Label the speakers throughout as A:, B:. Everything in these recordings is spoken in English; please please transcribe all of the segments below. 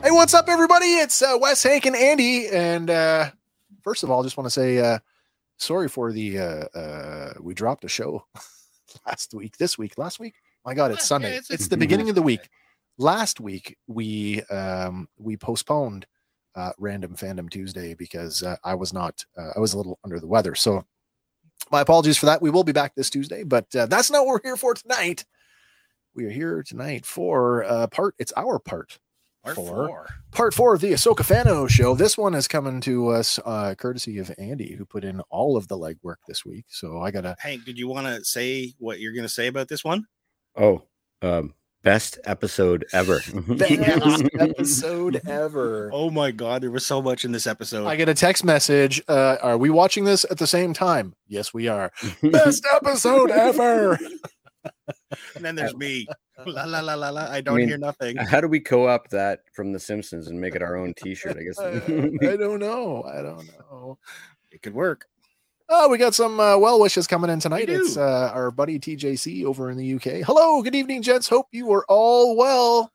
A: Hey, what's up, everybody? It's uh, Wes, Hank, and Andy. And uh, first of all, just want to say uh, sorry for the uh, uh, we dropped a show last week, this week, last week. My God, it's
B: Yeah,
A: Sunday.
B: it's
A: it's
B: a-
A: the beginning of the week. Last week we um, we postponed uh, Random Fandom Tuesday because uh, I was not uh, I was a little under the weather. So my apologies for that. We will be back this Tuesday, but uh, that's not what we're here for tonight. We are here tonight for uh, part. It's our part
B: Part
A: Four.
B: four.
A: part four of the Ahsoka Fano show. This one is coming to us uh, courtesy of Andy, who put in all of the legwork this week. So I gotta.
B: Hank, did you want to say what you're going to say about this one?
C: Oh, um, best episode ever.
A: Best episode ever.
B: Oh my God, there was so much in this episode.
A: I get a text message. Uh, are we watching this at the same time? Yes, we are. Best episode ever.
B: and then there's me. La la la la la. I don't
C: mean,
B: hear nothing.
C: How do we co-opt that from The Simpsons and make it our own T-shirt? I
A: Uh,
C: guess.
A: I don't know. I don't know.
B: It could work.
A: Oh, we got some uh, well wishes coming in tonight.
B: We do.
A: It's uh, our buddy TJC over in the UK. Hello, good evening, gents. Hope you are all well.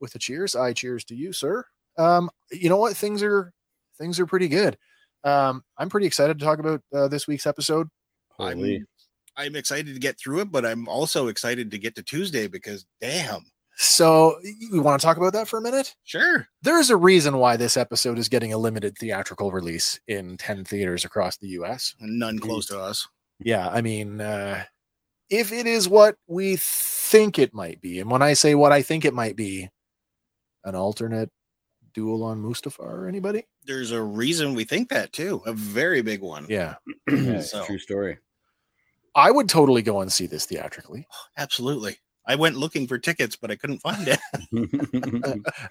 A: With a cheers, I cheers to you, sir. Um, you know what? Things are things are pretty good. Um, I'm pretty excited to talk about uh, this week's episode.
C: Holy.
B: I'm excited to get through it, but I'm also excited to get to Tuesday because damn,
A: So, we want to talk about that for a minute?
B: sure.
A: There's a reason why this episode is getting a limited theatrical release in 10 theaters across the US.
B: None close to us.
A: yeah i mean uh if it is what we think it might be and when i say what i think it might be an alternate duel on mustafar anybody
B: There's a reason we think that too. A very big one.
A: yeah
C: Yeah,
B: So-
C: True story.
A: i would totally go and see this theatrically
B: Absolutely. I went looking for tickets, but I couldn't find it.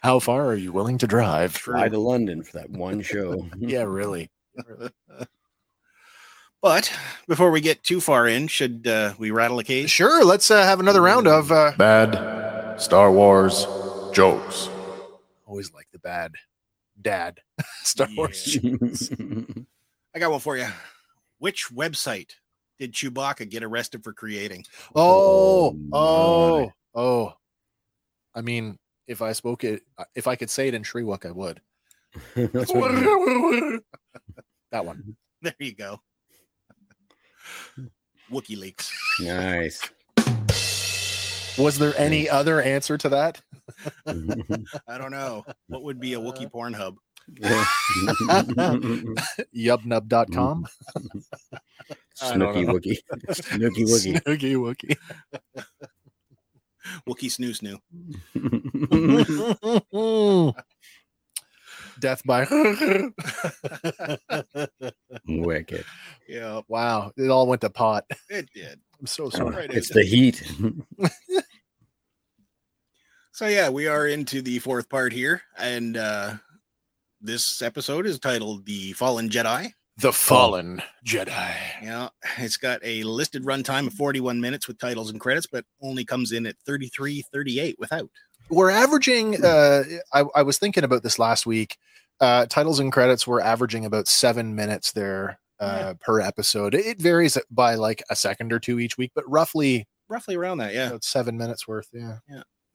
A: how far are you willing to drive
C: Fly to London for that one show.
A: yeah really
B: But before we get too far in, should uh, we rattle a case?
A: sure let's uh, have another round of uh
D: Bad Star Wars jokes.
A: always like the bad dad star wars
B: Yeah. I got one for you. Which website did Chewbacca get arrested for creating?
A: Oh,
C: Oh,
A: oh,
C: my.
A: oh. I mean, if I spoke it, uh, if I could say it in Shriwak, I would.
C: That's what I mean.
A: that one.
B: There you go. WikiLeaks.
C: nice.
A: Was there any other answer to that?
B: I don't know. What would be a Wookiee porn hub?
A: Yubnub.com. I don't
C: Snooky
A: know.
C: Wookie. Snooky
A: Snooky Mm-hmm. Wookie.
B: Wookiee snoo snoo.
C: Wookie.
A: Death by.
C: Wicked.
B: Yeah,
A: wow. It all went to pot.
B: it did.
A: I'm so sorry.
B: Right
C: It's
B: into
C: the heat.
B: So yeah, we are into the fourth part here, and uh, this episode is titled "The Fallen Jedi."
A: The Fallen Jedi.
B: Yeah, it's got a listed runtime of 41 minutes with titles and credits, but only comes in at 33:38 without.
A: we're averaging uh I, I was thinking about this last week uh titles and credits were averaging about seven minutes there uh per episode it, it varies by like a second or two each week but roughly
B: Roughly around that, yeah.
A: about seven minutes worth yeah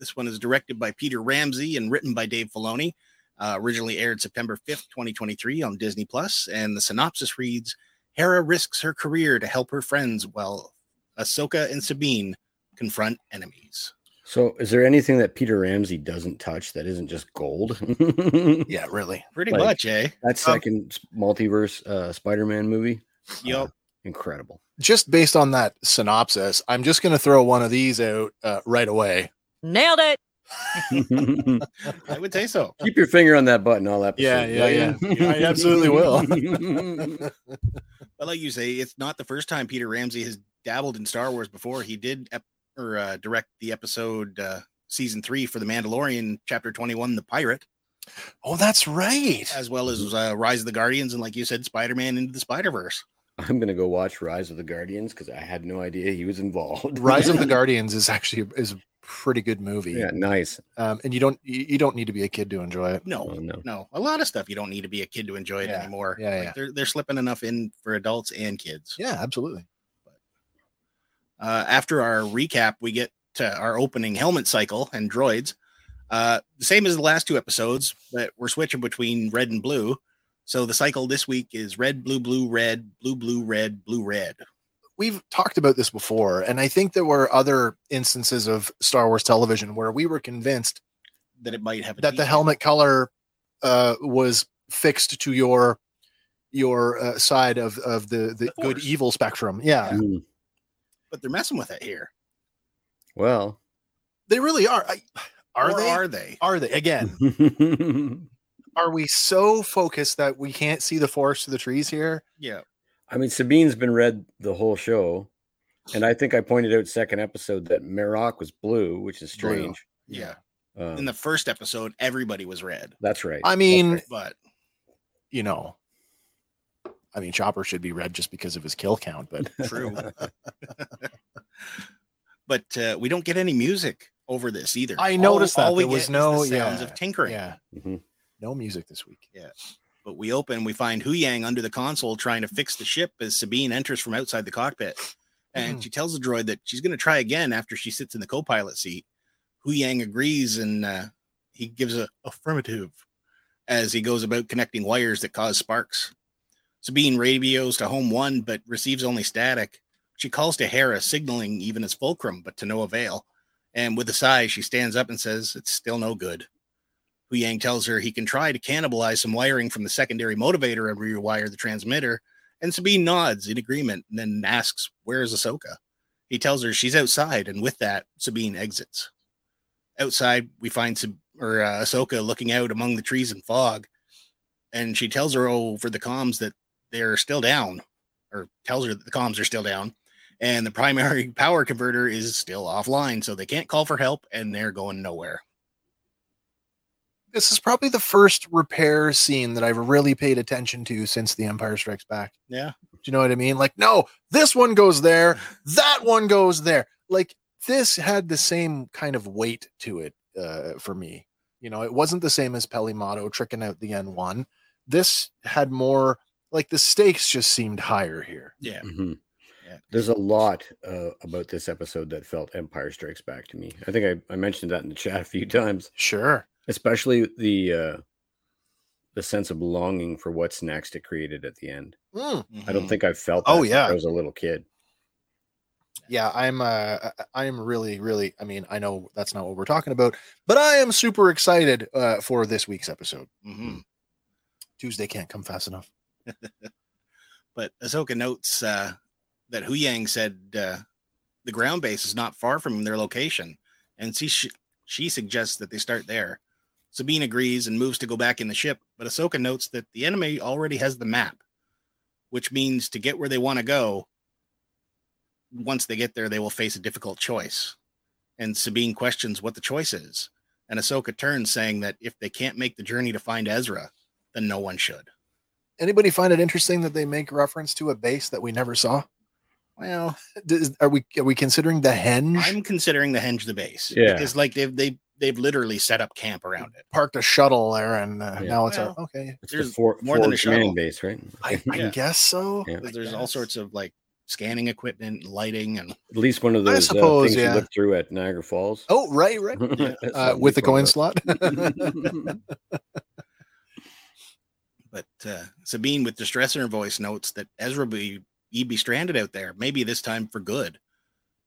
B: This one is directed by Peter Ramsey and written by Dave Filoni. Uh, originally aired September 5th, 2023 on Disney Plus, and the synopsis reads Hera risks her career to help her friends while Ahsoka and Sabine confront enemies.
C: So, is there anything that Peter Ramsey doesn't touch that isn't just gold?
A: yeah really
B: Pretty
C: Like-
B: much, eh?
E: uh,
A: Um,
C: that second s- multiverse uh, Spider-Man movie,
B: Yep.
C: incredible.
A: just based on that synopsis i'm just going to throw one of these out uh, right away
E: Nailed it.
C: Keep
B: I would say so.
C: your finger on that button all episode.
A: Yeah,
C: will
A: yeah,
C: ya?
A: yeah. I absolutely will.
B: But like you say, it's not the first time Peter Ramsey has dabbled in Star Wars before. He did ep- or uh, direct the episode uh, season three for The Mandalorian, chapter 21, The Pirate,
A: oh that's right
B: as well as uh, Rise of the Guardians, and like you said, Spider Man into the Spider Verse.
C: I'm gonna go watch Rise of the Guardians because I had no idea he was involved.
A: Rise of the Guardians is actually is a pretty good movie.
C: yeah, nice.
A: Um, and you don't you, you don't need to be a kid to enjoy it.
C: Oh,
B: No,
C: no.
B: no, a lot of stuff you don't need to be a kid to enjoy it
A: Mm. Yeah,
B: anymore.
A: yeah,
B: Like,
A: yeah.
B: They're they're slipping enough in for adults and kids.
A: Yeah, absolutely.
B: Uh, after our recap, we get to our opening helmet cycle and droids. Uh, the same as the last two episodes, but we're switching between red and blue. So the cycle this week is red, blue, blue, red, blue, blue, red, blue, red.
A: We've talked about this before, and I think there were other instances of Star Wars television where we were convinced
B: That it might have a
A: that the
B: detail.
A: helmet color uh, was fixed to your your uh, side of of the the,
B: The
A: good
B: Force.
A: evil spectrum. Yeah,
C: Hmm.
B: but they're messing with it here.
C: Well,
A: they really are. I, are
B: Or
A: they?
B: Are they?
A: are they again? Are we so focused that we can't see the forest through the trees here?
B: Yeah.
C: I mean, Sabine's been red the whole show, and I think I pointed out second episode that Merock was blue, which is
A: Blue.
C: strange.
B: Yeah.
C: Um,
B: In the first episode, everybody was red,
C: that's right.
A: I
C: That's
A: mean,
C: right.
B: but
A: you know, I mean, Chopper should be red just because of his kill count, but
B: true. but uh, we don't get any music over this either.
A: I noticed that. There
B: get
A: was
B: is
A: no-
B: the sounds
A: yeah,
B: of tinkering.
A: yeah,
B: Mm-hmm.
C: Mhm.
A: no music this week.
B: But we open, we find Hu Yang under the console trying to fix the ship as Sabine enters from outside the cockpit. And
A: Mhm.
B: she tells the droid that she's going to try again after she sits in the co pilot seat. Hu Yang agrees and uh, he gives a affirmative as he goes about connecting wires that cause sparks. Sabine radios to home one, but receives only static. She calls to Hera, signaling even as fulcrum, but to no avail. And with a sigh, she stands up and says, It's still no good. Hu Yang tells her he can try to cannibalize some wiring from the secondary motivator and rewire the transmitter. And Sabine nods in agreement and then asks, Where is Ahsoka? He tells her she's outside, and with that, Sabine exits. Outside, we find Sab- or, uh, Ahsoka looking out among the trees and fog, and she tells her over the comms that they're still down, or tells her that the comms are still down, and the primary power converter is still offline, so they can't call for help, and they're going nowhere.
A: This is probably the first repair scene that I've really paid attention to since The Empire Strikes Back.
B: Yeah.
A: Do you know what I mean? Like, no, this one goes there, that one goes there. Like, this had the same kind of weight to it uh, for me. You know, it wasn't the same as Pelimato tricking out the N1. This had more, like, the stakes just seemed higher here.
B: Yeah.
C: Mhm.
B: Yeah.
C: There's a lot uh, about this episode that felt Empire Strikes Back to me. I think I, I mentioned that in the chat a few times,
A: Sure.
C: especially the uh, the sense of longing for what's next it created at the end.
A: Mm.
C: I
B: Mm-hmm.
C: don't think I've felt.
A: Oh,
C: that since
A: yeah.
C: I was a little kid.
A: Yeah, I'm. Uh, I am really, really. I mean, I know that's not what we're talking about, but I am super excited uh, for this week's episode.
B: hmm
A: Tuesday can't come fast enough.
B: But Ahsoka notes uh, that Hu Yang said uh, the ground base is not far from their location, and she she suggests that they start there. Sabine agrees and moves to go back in the ship, but Ahsoka notes that the enemy already has the map, which means to get where they want to go. Once they get there, they will face a difficult choice. And Sabine questions what the choice is, and Ahsoka turns, saying that if they can't make the journey to find Ezra, then no one should.
A: Anybody find it interesting that they make reference to a base that we never saw?
B: Well,
A: Does, are we are we considering the Henge
B: I'm considering the henge the base.
C: Yeah.
B: Because like they've they they've literally set up camp around it.
A: parked a shuttle there, and uh,
C: Yeah.
A: now it's a,
B: Well,
A: okay.
C: It's the
B: There's
C: for-
B: more than a
C: forward command
B: shuttle.
C: base, right?
A: I, I
B: Yeah.
A: guess so.
C: Yeah.
A: I
B: Because there's all
A: guess.
B: sorts of like scanning equipment, lighting, and
C: At least one of
A: I
C: those uh,
A: suppose,
C: things
A: yeah.
C: you look through at Niagara Falls.
A: Oh right, right.
B: yeah,
C: That's
A: Uh,
C: something
A: with the
C: we
A: coin
C: found
A: slot.
C: out.
B: but uh, Sabine with distress in her voice notes that Ezra be he'd be stranded out there, maybe this time for good.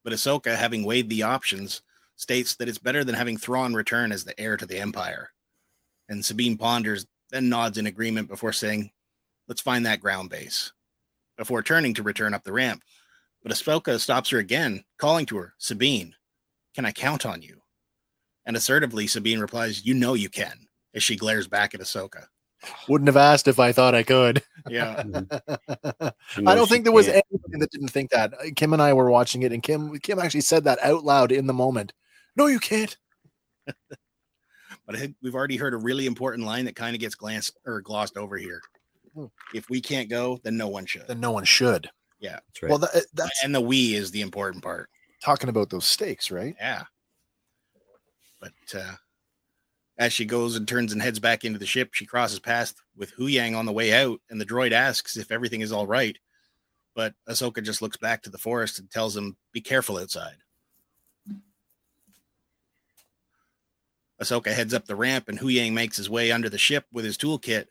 B: But Ahsoka, having weighed the options, states that it's better than having Thrawn return as the heir to the Empire. And Sabine ponders, then nods in agreement before saying, "Let's find that ground base." Before turning to return up the ramp, but Ahsoka stops her again, calling to her, "Sabine, can I count on you?" And assertively, Sabine replies, "You know you can." As she glares back at Ahsoka.
A: Wouldn't have asked if I thought I could.
B: Yeah.
C: She knows
A: I don't
C: she
A: think there was
C: can't.
A: anyone that didn't think that. Uh, Kim and I were watching it, and Kim Kim actually said that out loud in the moment. No, you can't.
B: but I think we've already heard a really important line that kind of gets glanced or glossed over here. If we can't go, then no one should.
A: Then no one should.
C: That's right.
A: Well, that, that's
B: And the we is the important part.
A: talking about those stakes, right?
B: Yeah. But uh, as she goes and turns and heads back into the ship, she crosses past with Hu Yang on the way out, and the droid asks if everything is all right. But Ahsoka just looks back to the forest and tells him, Be careful outside. Ahsoka heads up the ramp, and Hu Yang makes his way under the ship with his toolkit.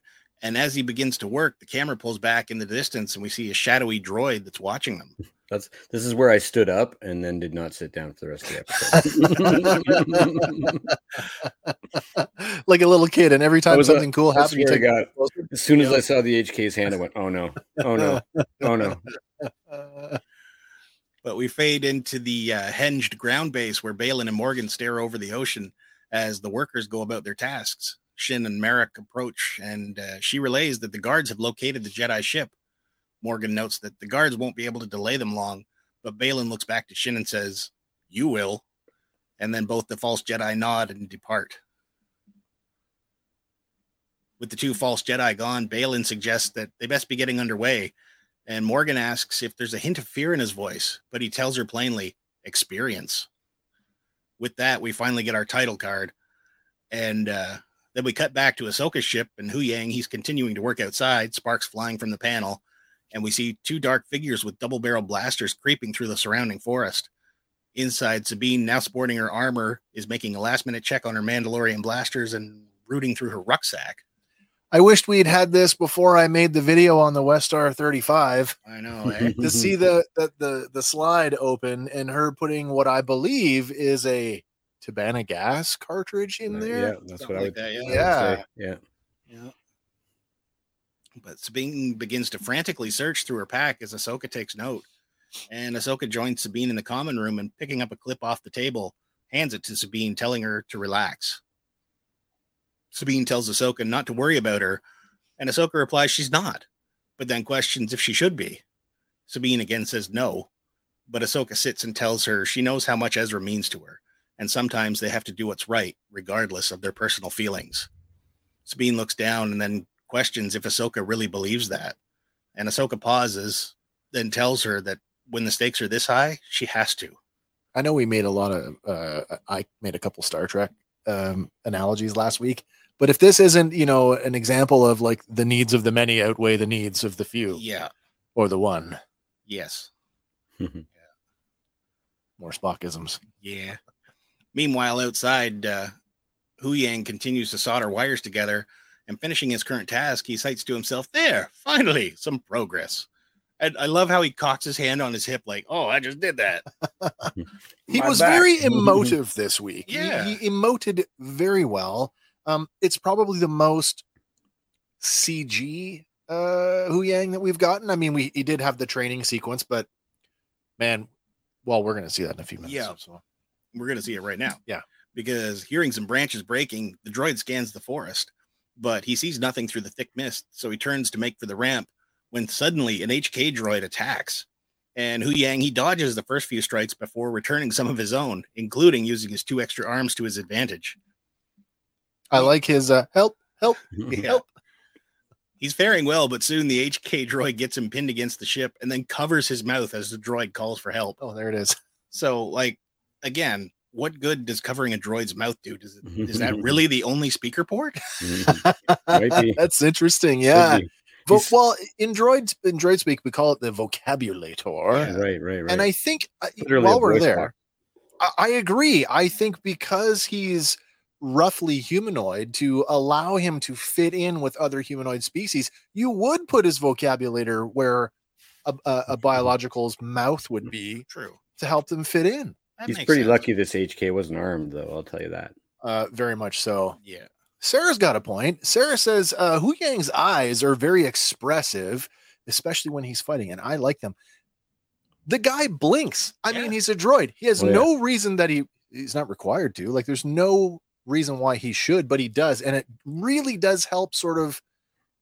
B: And as he begins to work, the camera pulls back in the distance, and we see a shadowy droid that's watching them.
C: That's this is where I stood up and then did not sit down for the rest of the episode.
A: like a little kid, and every
C: I
A: time
C: was a-
A: something cool
C: I
A: happened, you
C: swear to
A: take
C: God.
A: it closer.
C: as soon as I saw the HK's hand, I went, "Oh no, oh no, oh no!"
A: Uh,
B: But we fade into the uh, hinged ground base where Balin and Morgan stare over the ocean as the workers go about their tasks. Shin and Merrick approach, and uh, she relays that the guards have located the Jedi ship. Morgan notes that the guards won't be able to delay them long, but Balin looks back to Shin and says, You will. And then both the false Jedi nod and depart. With the two false Jedi gone, Balin suggests that they best be getting underway and Morgan asks if there's a hint of fear in his voice, but he tells her plainly, experience. With that, we finally get our title card. And uh, then we cut back to Ahsoka's ship and Hu Yang. He's continuing to work outside, sparks flying from the panel. And we see two dark figures with double barrel blasters creeping through the surrounding forest. Inside, Sabine, now sporting her armor, is making a last minute check on her Mandalorian blasters and rooting through her rucksack.
A: I wished we'd had this before I made the video on the Westar 35
B: I know. eh?
C: Mm-hmm.
A: to see the, the the the slide open and her putting what I believe is a Tabana gas cartridge in
C: Yeah,
A: there.
C: that's
B: Something
C: what I
B: like
C: would.
B: that,
C: I
B: yeah.
C: would
A: Yeah.
C: say, yeah.
B: Yeah. But Sabine begins to frantically search through her pack as Ahsoka takes note. And Ahsoka joins Sabine in the common room and picking up a clip off the table, hands it to Sabine, telling her to relax. Sabine tells Ahsoka not to worry about her, and Ahsoka replies she's not, but then questions if she should be. Sabine again says no, but Ahsoka sits and tells her she knows how much Ezra means to her, and sometimes they have to do what's right, regardless of their personal feelings. Sabine looks down and then questions if Ahsoka really believes that. And Ahsoka pauses, then tells her that when the stakes are this high, she has to.
A: I know we made a lot of uh, I made a couple Star Trek um, analogies last week, but if this isn't you know an example of like the needs of the many outweigh the needs of the few
B: Yeah.
A: or the one,
B: Yes.
A: more Spockisms.
B: Yeah. Meanwhile, outside, uh, Hu Yang continues to solder wires together and finishing his current task, he cites to himself, There, finally, some progress. And I love how he cocks his hand on his hip, like, Oh, I just did that.
A: he
C: My
A: was
C: back.
A: very emotive this week. He-
B: Yeah.
A: He, emoted very well. Um, it's probably the most CG uh Hu Yang that we've gotten. I mean, we he did have the training sequence, but man, well, we're gonna see that in a few minutes.
B: Yeah.
A: so-
B: we're going to see it right now.
A: Yeah.
B: Because hearing some branches breaking, the droid scans the forest, but he sees nothing through the thick mist. So he turns to make for the ramp when suddenly an HK droid attacks. And Hu Yang, he dodges the first few strikes before returning some of his own, including using his two extra arms to his advantage.
A: I like his uh, help. Help.
B: He's faring well, but soon the HK droid gets him pinned against the ship and then covers his mouth as the droid calls for help.
A: Oh, there it is.
B: So, like, again, what good does covering a droid's mouth do? Does it, is that really the only speaker port?
C: Might be.
A: That's interesting. Yeah.
C: Could be.
A: Vo-
C: He's-
A: well, in droid in droid speak, we call it the vocabulator.
B: Yeah.
C: Right, right, right.
A: And I think uh,
C: Literally a
A: while we're
C: voice
A: there,
C: box.
A: I, I agree. I think because he's roughly humanoid, to allow him to fit in with other humanoid species, you would put his vocabulator where a, a, a biological's mouth would be
B: True.
A: to help them fit in.
B: That
C: he's
B: makes
C: pretty
B: sense.
C: lucky this HK wasn't armed, though. I'll tell you that.
A: Uh, very much so.
B: Yeah.
A: Sarah's got a point. Sarah says, uh, Hu Yang's eyes are very expressive, especially when he's fighting, and I like them. The guy blinks. I
B: Yeah.
A: mean, he's a droid. He has
C: Oh, yeah.
A: no reason that he he's not required to. Like, there's no reason why he should, but he does, and it really does help. Sort of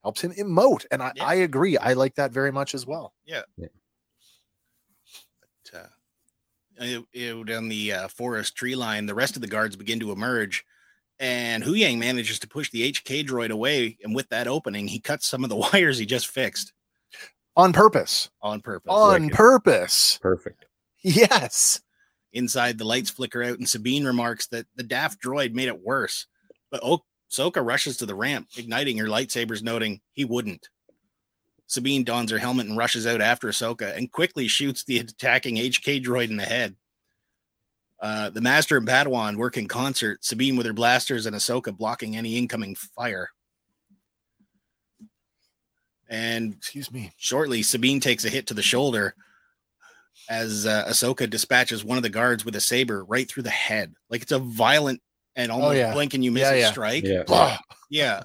A: helps him emote, and I,
B: Yeah.
A: I agree. I like that very much as well.
B: But, uh, out- out on the uh, forest tree line, the rest of the guards begin to emerge, And Hu Yang manages to push the HK droid away, and with that opening, he cuts some of the wires he just fixed
A: on purpose.
B: on purpose.
A: On
E: wicked.
A: purpose.
E: Perfect.
A: Yes.
B: Inside, the lights flicker out, and Sabine remarks that the daft droid made it worse. But o- Soka rushes to the ramp, igniting her lightsabers, noting he wouldn't. Sabine dons her helmet and rushes out after Ahsoka and quickly shoots the attacking HK droid in the head. Uh, the Master and Padawan work in concert, Sabine with her blasters and Ahsoka blocking any incoming fire. And
A: Excuse me.
B: Shortly, Sabine takes a hit to the shoulder as uh, Ahsoka dispatches one of the guards with a saber right through the head. Like it's a violent and almost
A: Oh, yeah.
B: blink and you miss
A: Yeah,
B: a
A: yeah.
B: strike.
E: Yeah.
A: Blah.
B: Yeah.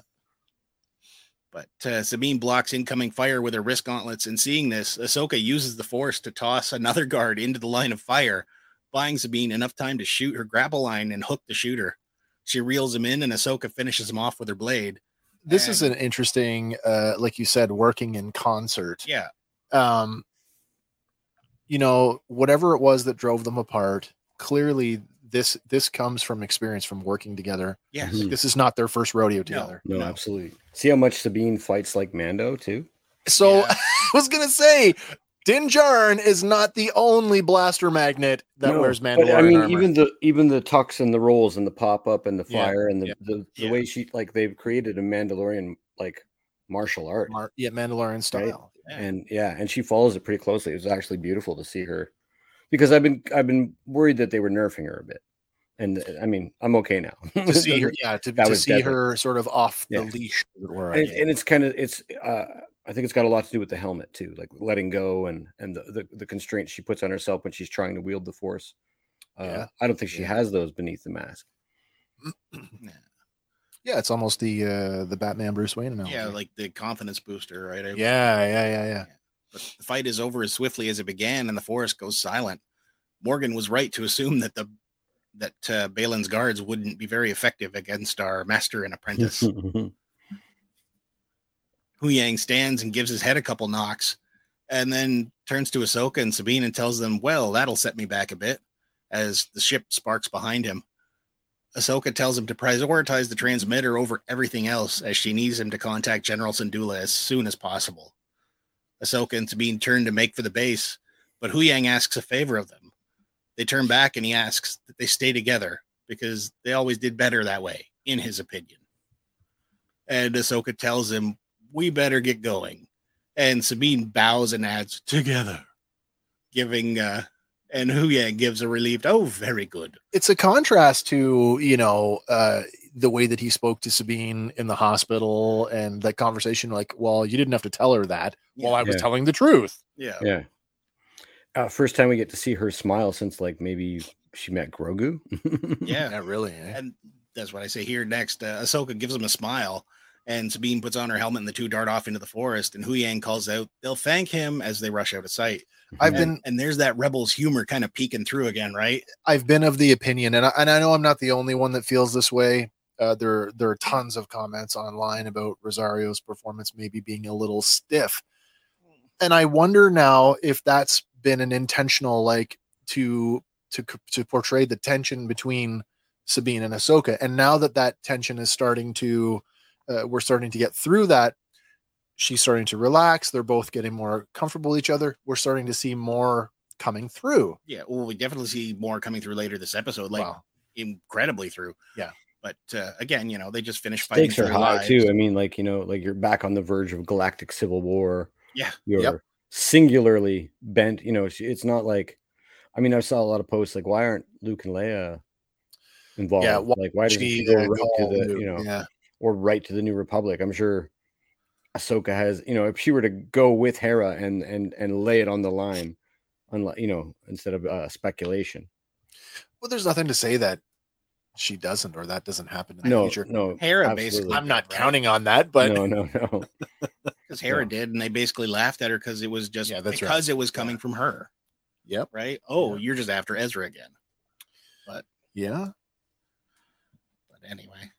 B: But uh, Sabine blocks incoming fire with her wrist gauntlets, and seeing this, Ahsoka uses the force to toss another guard into the line of fire, buying Sabine enough time to shoot her grapple line and hook the shooter. She reels him in, and Ahsoka finishes him off with her blade.
A: This is an interesting, uh, like you said, working in concert.
B: Yeah,
A: um you know whatever it was that drove them apart clearly this this comes from experience from working together
B: yes,
E: Mhm.
A: this is not their first rodeo together
E: No,
B: No.
E: absolutely. See how much Sabine fights like Mando too.
A: so
B: Yeah.
A: i was gonna say din Djarin is not the only blaster magnet that
E: No,
A: wears
E: but
A: mandalorian
E: I mean,
A: armor.
E: even the even the tucks and the rolls and the pop up and the
B: Yeah,
E: fire and the
B: yeah,
E: the, the
B: yeah.
E: way she like they've created a Mandalorian like martial art
A: Mar- yeah mandalorian style
B: Yeah.
E: and yeah, and she follows it pretty closely. It was actually beautiful to see her because I've been I've been worried that they were nerfing her a bit, and uh, I mean I'm okay now.
A: to see her yeah to,
E: That
A: to
E: was
A: see
E: deadly.
A: her sort of off
E: Yeah.
A: the leash as it were, I
E: and, it-
A: guess.
E: and it's kind of it's uh, I think it's got a lot to do with the helmet too, like letting go and and the the, the constraints she puts on herself when she's trying to wield the force. Uh,
A: Yeah.
E: I don't think she
A: Yeah.
E: has those beneath the mask.
A: yeah it's almost the uh the batman bruce wayne analogy.
B: yeah, like the confidence booster, right? I-
A: yeah yeah yeah yeah
B: But the fight is over as swiftly as it began, and the forest goes silent. Morgan was right to assume that the that uh, Balin's guards wouldn't be very effective against our master and apprentice. Hu Yang stands and gives his head a couple knocks, and then turns to Ahsoka and Sabine and tells them, "Well, that'll set me back a bit." As the ship sparks behind him, Ahsoka tells him to prioritize the transmitter over everything else, as she needs him to contact General Sindula as soon as possible. Ahsoka and Sabine turn to make for the base, but Hu Yang asks a favor of them. They turn back and he asks that they stay together because they always did better that way, in his opinion. And Ahsoka tells him, We better get going. And Sabine bows and adds, Together. Giving, uh, and Hu Yang gives a relieved, Oh, very good.
A: it's a contrast to you know uh the way that he spoke to Sabine in the hospital and that conversation like well you didn't have to tell her that well I was
E: Yeah.
A: telling the truth
B: Yeah.
E: yeah. Uh, first time we get to see her smile since like maybe she met Grogu.
B: Yeah.
A: really eh?
B: and that's what I say here next. Uh, Ahsoka gives him a smile, and Sabine puts on her helmet, and the two dart off into the forest. And Hu Yang calls out, "They'll thank him" as they rush out of sight.
A: I've been
B: And, and there's that rebels humor kind of peeking through again, right?
A: I've been of the opinion and I, and I know I'm not the only one that feels this way uh, there there are tons of comments online about Rosario's performance maybe being a little stiff and I wonder now if that's been an intentional like to to c- to portray the tension between Sabine and Ahsoka, and now that that tension is starting to, uh, we're starting to get through that. She's starting to relax. They're both getting more comfortable with each other. We're starting to see more coming through.
B: Yeah. Well, we definitely see more coming through later this episode, like
A: Wow.
B: incredibly through.
A: Yeah.
B: But uh, again, you know, they just finished fighting
E: stakes
B: for
E: are
B: their
E: high
B: lives.
E: too. I mean, like you know, like you're back on the verge of galactic civil war.
B: Yeah.
E: you're
A: Yep.
E: singularly bent. You know, it's- it's not like, I mean, I saw a lot of posts like, why aren't Luke and Leia involved?
A: why
E: like, why doesn't she
A: She,
E: go
A: uh,
E: right to
A: called
E: the
A: Luke.
E: you know
A: yeah,
E: or right to the New Republic? I'm sure Ahsoka has. You know, if she were to go with Hera and and and lay it on the line, unlike you know, instead of uh, speculation.
A: well, there's nothing to say that she doesn't or that doesn't happen in the
E: No,
A: future.
E: no,
B: Hera
E: absolutely.
B: basically.
A: I'm not counting on that, but
E: no, no, no.
B: because Hera
E: Yeah.
B: did, and they basically laughed at her because it was just
A: Yeah, that's right.
B: because it was coming from her.
A: Yep.
B: Right. Oh, you're just after Ezra again.
A: yeah,
B: But anyway,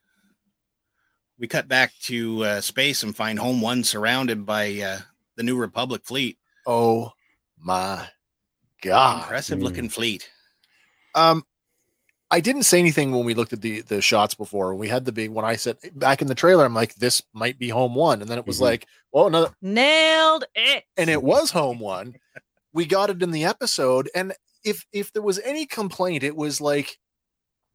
B: we cut back to uh, space and find Home One surrounded by uh, the New Republic fleet.
A: oh my god, Ah, mm.
B: Impressive looking fleet.
A: Um, I didn't say anything when we looked at the the shots before. We had the big when I said back in the trailer, I'm like, this might be home one, and then it was
E: Mm-hmm.
C: Mhm.
A: like, well, another,
E: Nailed it.
A: and it was home one. We got it in the episode, and if if there was any complaint, it was like,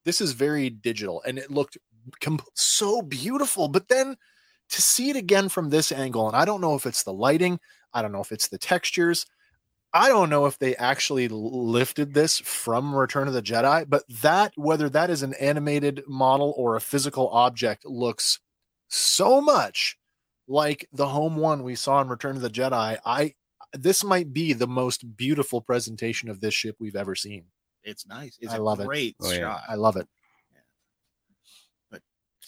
A: this is very digital, and it looked com- so beautiful. But then to see it again from this angle, and I don't know if it's the lighting, I don't know if it's the textures. I don't know if they actually l- lifted this from Return of the Jedi, but that whether that is an animated model or a physical object looks so much like the home one we saw in Return of the Jedi. I this might be the most beautiful presentation of this ship we've ever seen.
B: It's nice. It's
A: I
B: a
A: love it.
B: great
C: Oh, yeah.
B: shot.
A: I love it.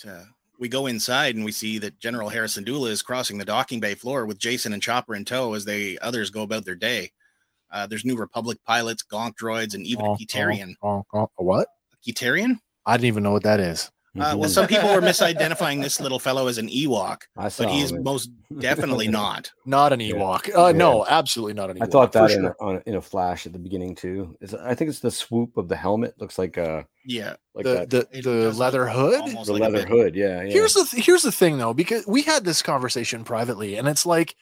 B: uh, we go inside and we see that General Harrison Dula is crossing the docking bay floor with Jason and Chopper in tow as they others go about their day. Uh, there's new Republic pilots, Gonk droids, and even a Ketarian.
A: Gonk, gonk, gonk. What?
B: A Ketarian?
A: I didn't even know what that is.
B: Uh, well,
C: Mhm.
B: some people were misidentifying this little fellow as an Ewok,
C: I saw
B: but he's
C: it.
B: most definitely not.
A: Not an
C: Yeah.
A: Ewok. Uh,
C: Yeah.
A: No, absolutely not an Ewok.
C: I thought
A: for
C: that in,
A: sure.
C: a, on, in a flash at the beginning too. It's, I think it's the swoop of the helmet looks like a
B: Yeah,
C: like that,
A: the the, the
B: It does look
A: leather hood.
B: almost
C: the
B: like a
C: leather
B: bit-
C: hood. Yeah, yeah.
A: Here's the th- here's the thing though, because we had this conversation privately, and it's like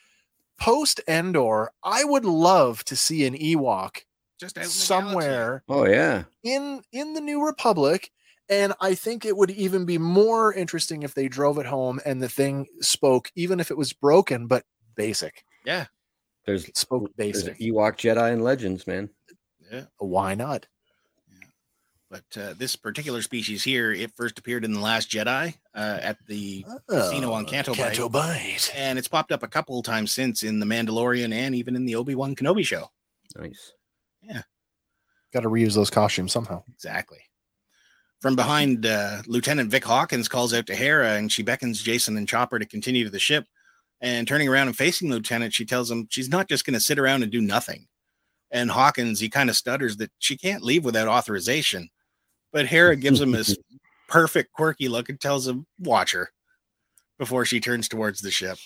A: post Endor, I would love to see an Ewok
B: just out in the
A: somewhere.
C: oh yeah,
A: in in the new republic and i think it would even be more interesting if they drove it home and the thing spoke even if it was broken but basic
C: there's,
A: it spoke
C: there's
B: e
A: basic
C: Ewok Jedi and Legends, man.
B: galaxy. Yeah,
A: why not
B: but uh, this particular species here, it first appeared in the Last Jedi uh, at the Casino on Canto Bight.
A: Oh, canto bite
B: and it's popped up a couple of times since in the Mandalorian and even in the Obi Wan Kenobi show.
C: Nice.
A: got to reuse those costumes somehow
B: Exactly. From behind, uh, Lieutenant Vic Hawkins calls out to Hera, and she beckons Jason and Chopper to continue to the ship. And turning around and facing Lieutenant, she tells him she's not just going to sit around and do nothing. And Hawkins, he kind of stutters that she can't leave without authorization. But Hera gives him this perfect quirky look and tells him, "Watch her," before she turns towards the ship.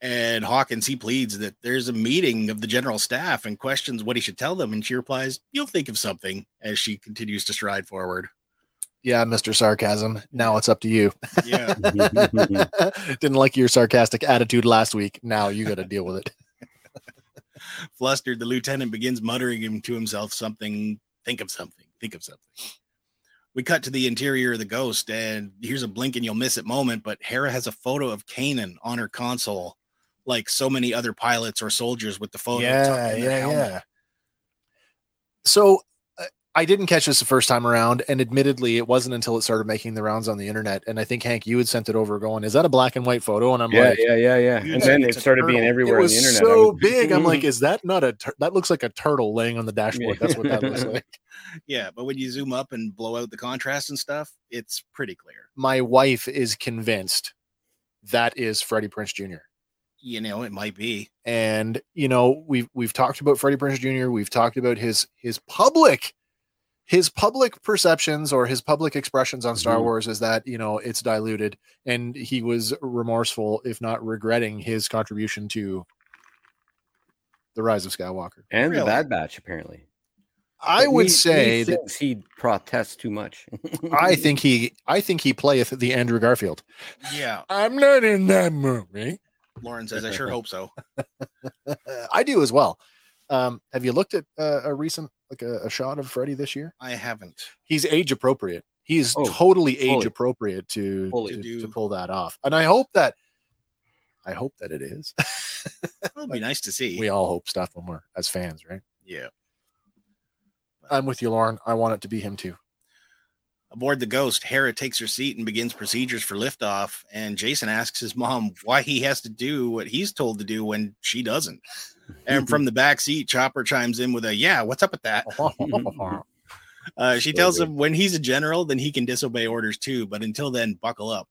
B: And Hawkins, he pleads that there's a meeting of the general staff and questions what he should tell them. And she replies, You'll think of something as she continues to stride forward.
A: yeah mr sarcasm now it's up to you
B: Yeah.
A: didn't like your sarcastic attitude last week now you got to deal with it
B: Flustered, the lieutenant begins muttering him to himself something, think of something, think of something. We cut to the interior of the ghost, and here's a blink and you'll miss it moment. But Hera has a photo of Kanan on her console, like so many other pilots or soldiers with the photo. tucked in their helmet.
A: So uh, I didn't catch this the first time around, and admittedly, it wasn't until it started making the rounds on the internet. And I think Hank, you had sent it over, going, "Is that a black and white photo?" And I'm
C: Yeah,
A: like,
C: yeah, yeah, yeah.
B: You
C: And
B: said
C: then
B: it's
C: it
B: a
C: started
B: turtle.
C: being
B: It
A: "It
C: everywhere
A: was
C: on the internet. I Mm-hmm.
A: so
C: was-
A: big." I'm like, "Is that not a tur- that looks like a turtle laying on the dashboard?" That's what that looks like.
B: Yeah, but when you zoom up and blow out the contrast and stuff, it's pretty clear.
A: My wife is convinced that is Freddie Prince Jr.
B: You know, it might be.
A: and you know we've we've talked about Freddie Prinze Jr. We've talked about his his public his public perceptions or his public expressions on Star
C: Mhm.
A: Wars is that you know it's diluted, and he was remorseful, if not regretting, his contribution to the rise of Skywalker.
C: and
B: Really?
C: the Bad Batch apparently.
A: I
C: But
A: would
C: he-
A: say
C: he
A: that
C: thinks he protests too much.
A: I think he I think he playeth the Andrew Garfield.
B: Yeah.
A: I'm not in that movie.
B: Lauren says, I sure hope so.
A: I do as well. Um, have you looked at uh, a recent like a, a shot of Freddie this year?
B: I haven't.
A: he's age appropriate. He's
C: Oh,
A: totally age
C: fully.
A: appropriate to,
C: Fully.
A: to
B: To do-
A: to pull that off. And I hope that I hope that it is.
B: It'll be nice to see.
A: we all hope stuff when we're as fans, right?
B: yeah.
A: I'm with you, Lauren. I want it to be him too.
B: Aboard the Ghost, Hera takes her seat and begins procedures for liftoff. And Jason asks his mom why he has to do what he's told to do when she doesn't. And from the back seat, Chopper chimes in with a, Yeah, what's up with that? Uh, she
C: So
B: tells
C: good.
B: him when he's a general, then he can disobey orders too. But until then, buckle up.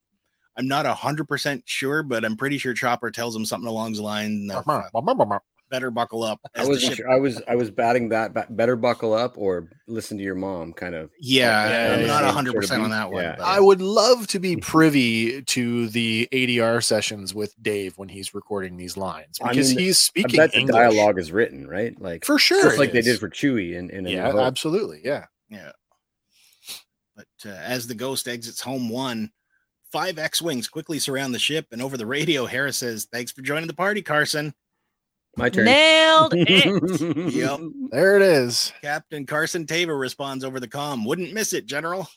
B: I'm not hundred percent sure, but I'm pretty sure Chopper tells him something along the line of uh, "better buckle up."
C: I
B: as the
C: was
B: ship-
C: sure. I was I was batting that ba- better buckle up or listen to your mom kind of.
B: yeah,
A: Yeah,
B: I'm
A: yeah,
B: not
A: yeah.
B: hundred percent on that one.
C: Yeah.
B: but-
A: I would love to be privy to the ADR sessions with Dave when he's recording these lines
C: I
A: because
C: mean,
A: he's
C: I
A: speaking
C: bet the
A: English.
C: dialogue is written right, like
A: for sure,
C: just
A: it
C: like they
A: is.
C: did for Chewie and in, in A New
A: yeah,
C: Hope.
A: absolutely, yeah.
B: yeah. But uh, as the ghost exits home one, five X Wings quickly surround the ship, and over the radio, Hera says, Thanks for joining the party, Carson.
C: My turn.
E: Nailed it.
B: Yep.
A: There it is.
B: Captain Carson Tava responds over the comm, Wouldn't miss it, General.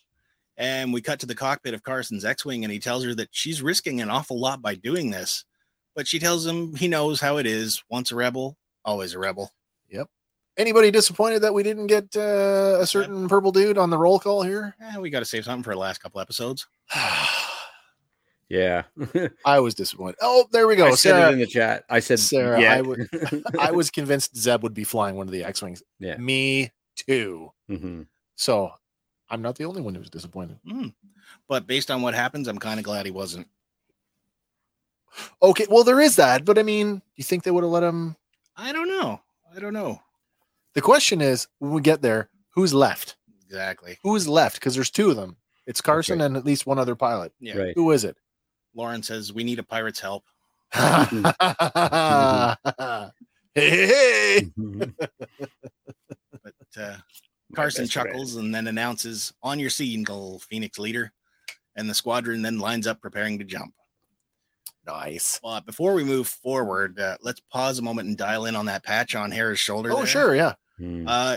B: And we cut to the cockpit of Carson's X Wing, and he tells her that she's risking an awful lot by doing this. But she tells him he knows how it is once a rebel, always a rebel.
A: Anybody disappointed that we didn't get uh, a certain purple dude on the roll call here?
B: Eh, we got to save something for the last couple episodes.
C: Yeah.
A: I was disappointed. Oh, there we go.
C: I said
A: Sarah-
C: it in the chat. I said,
A: Sarah,
C: yeah.
A: I would- I was convinced Zeb would be flying one of the X Wings.
C: Yeah.
A: Me too.
C: hmm
A: So I'm not the only one who was disappointed.
B: Hmm. But based on what happens, I'm kind of glad he wasn't.
A: Okay, well, there is that, but I mean, you think they would have let him?
B: I don't know. I don't know.
A: The question is, when we get there, who's left?
B: Exactly.
A: Who's left? Because there's two of them. It's Carson and at least one other pilot.
B: Yeah.
C: Right.
A: Who is it?
B: Lauren says, We need a pirate's help.
C: Mm-hmm.
A: hey, hey.
C: Mhm.
B: But uh, Carson
C: best friend.
B: chuckles and then announces, On your single, Phoenix leader. And the squadron then lines up, preparing to jump.
C: Mm-hmm.
A: Nice.
B: But before we move forward, uh, let's pause a moment and dial in on that patch on Hera's shoulder.
A: Oh,
B: there.
A: sure. Yeah.
C: Mm.
B: Uh,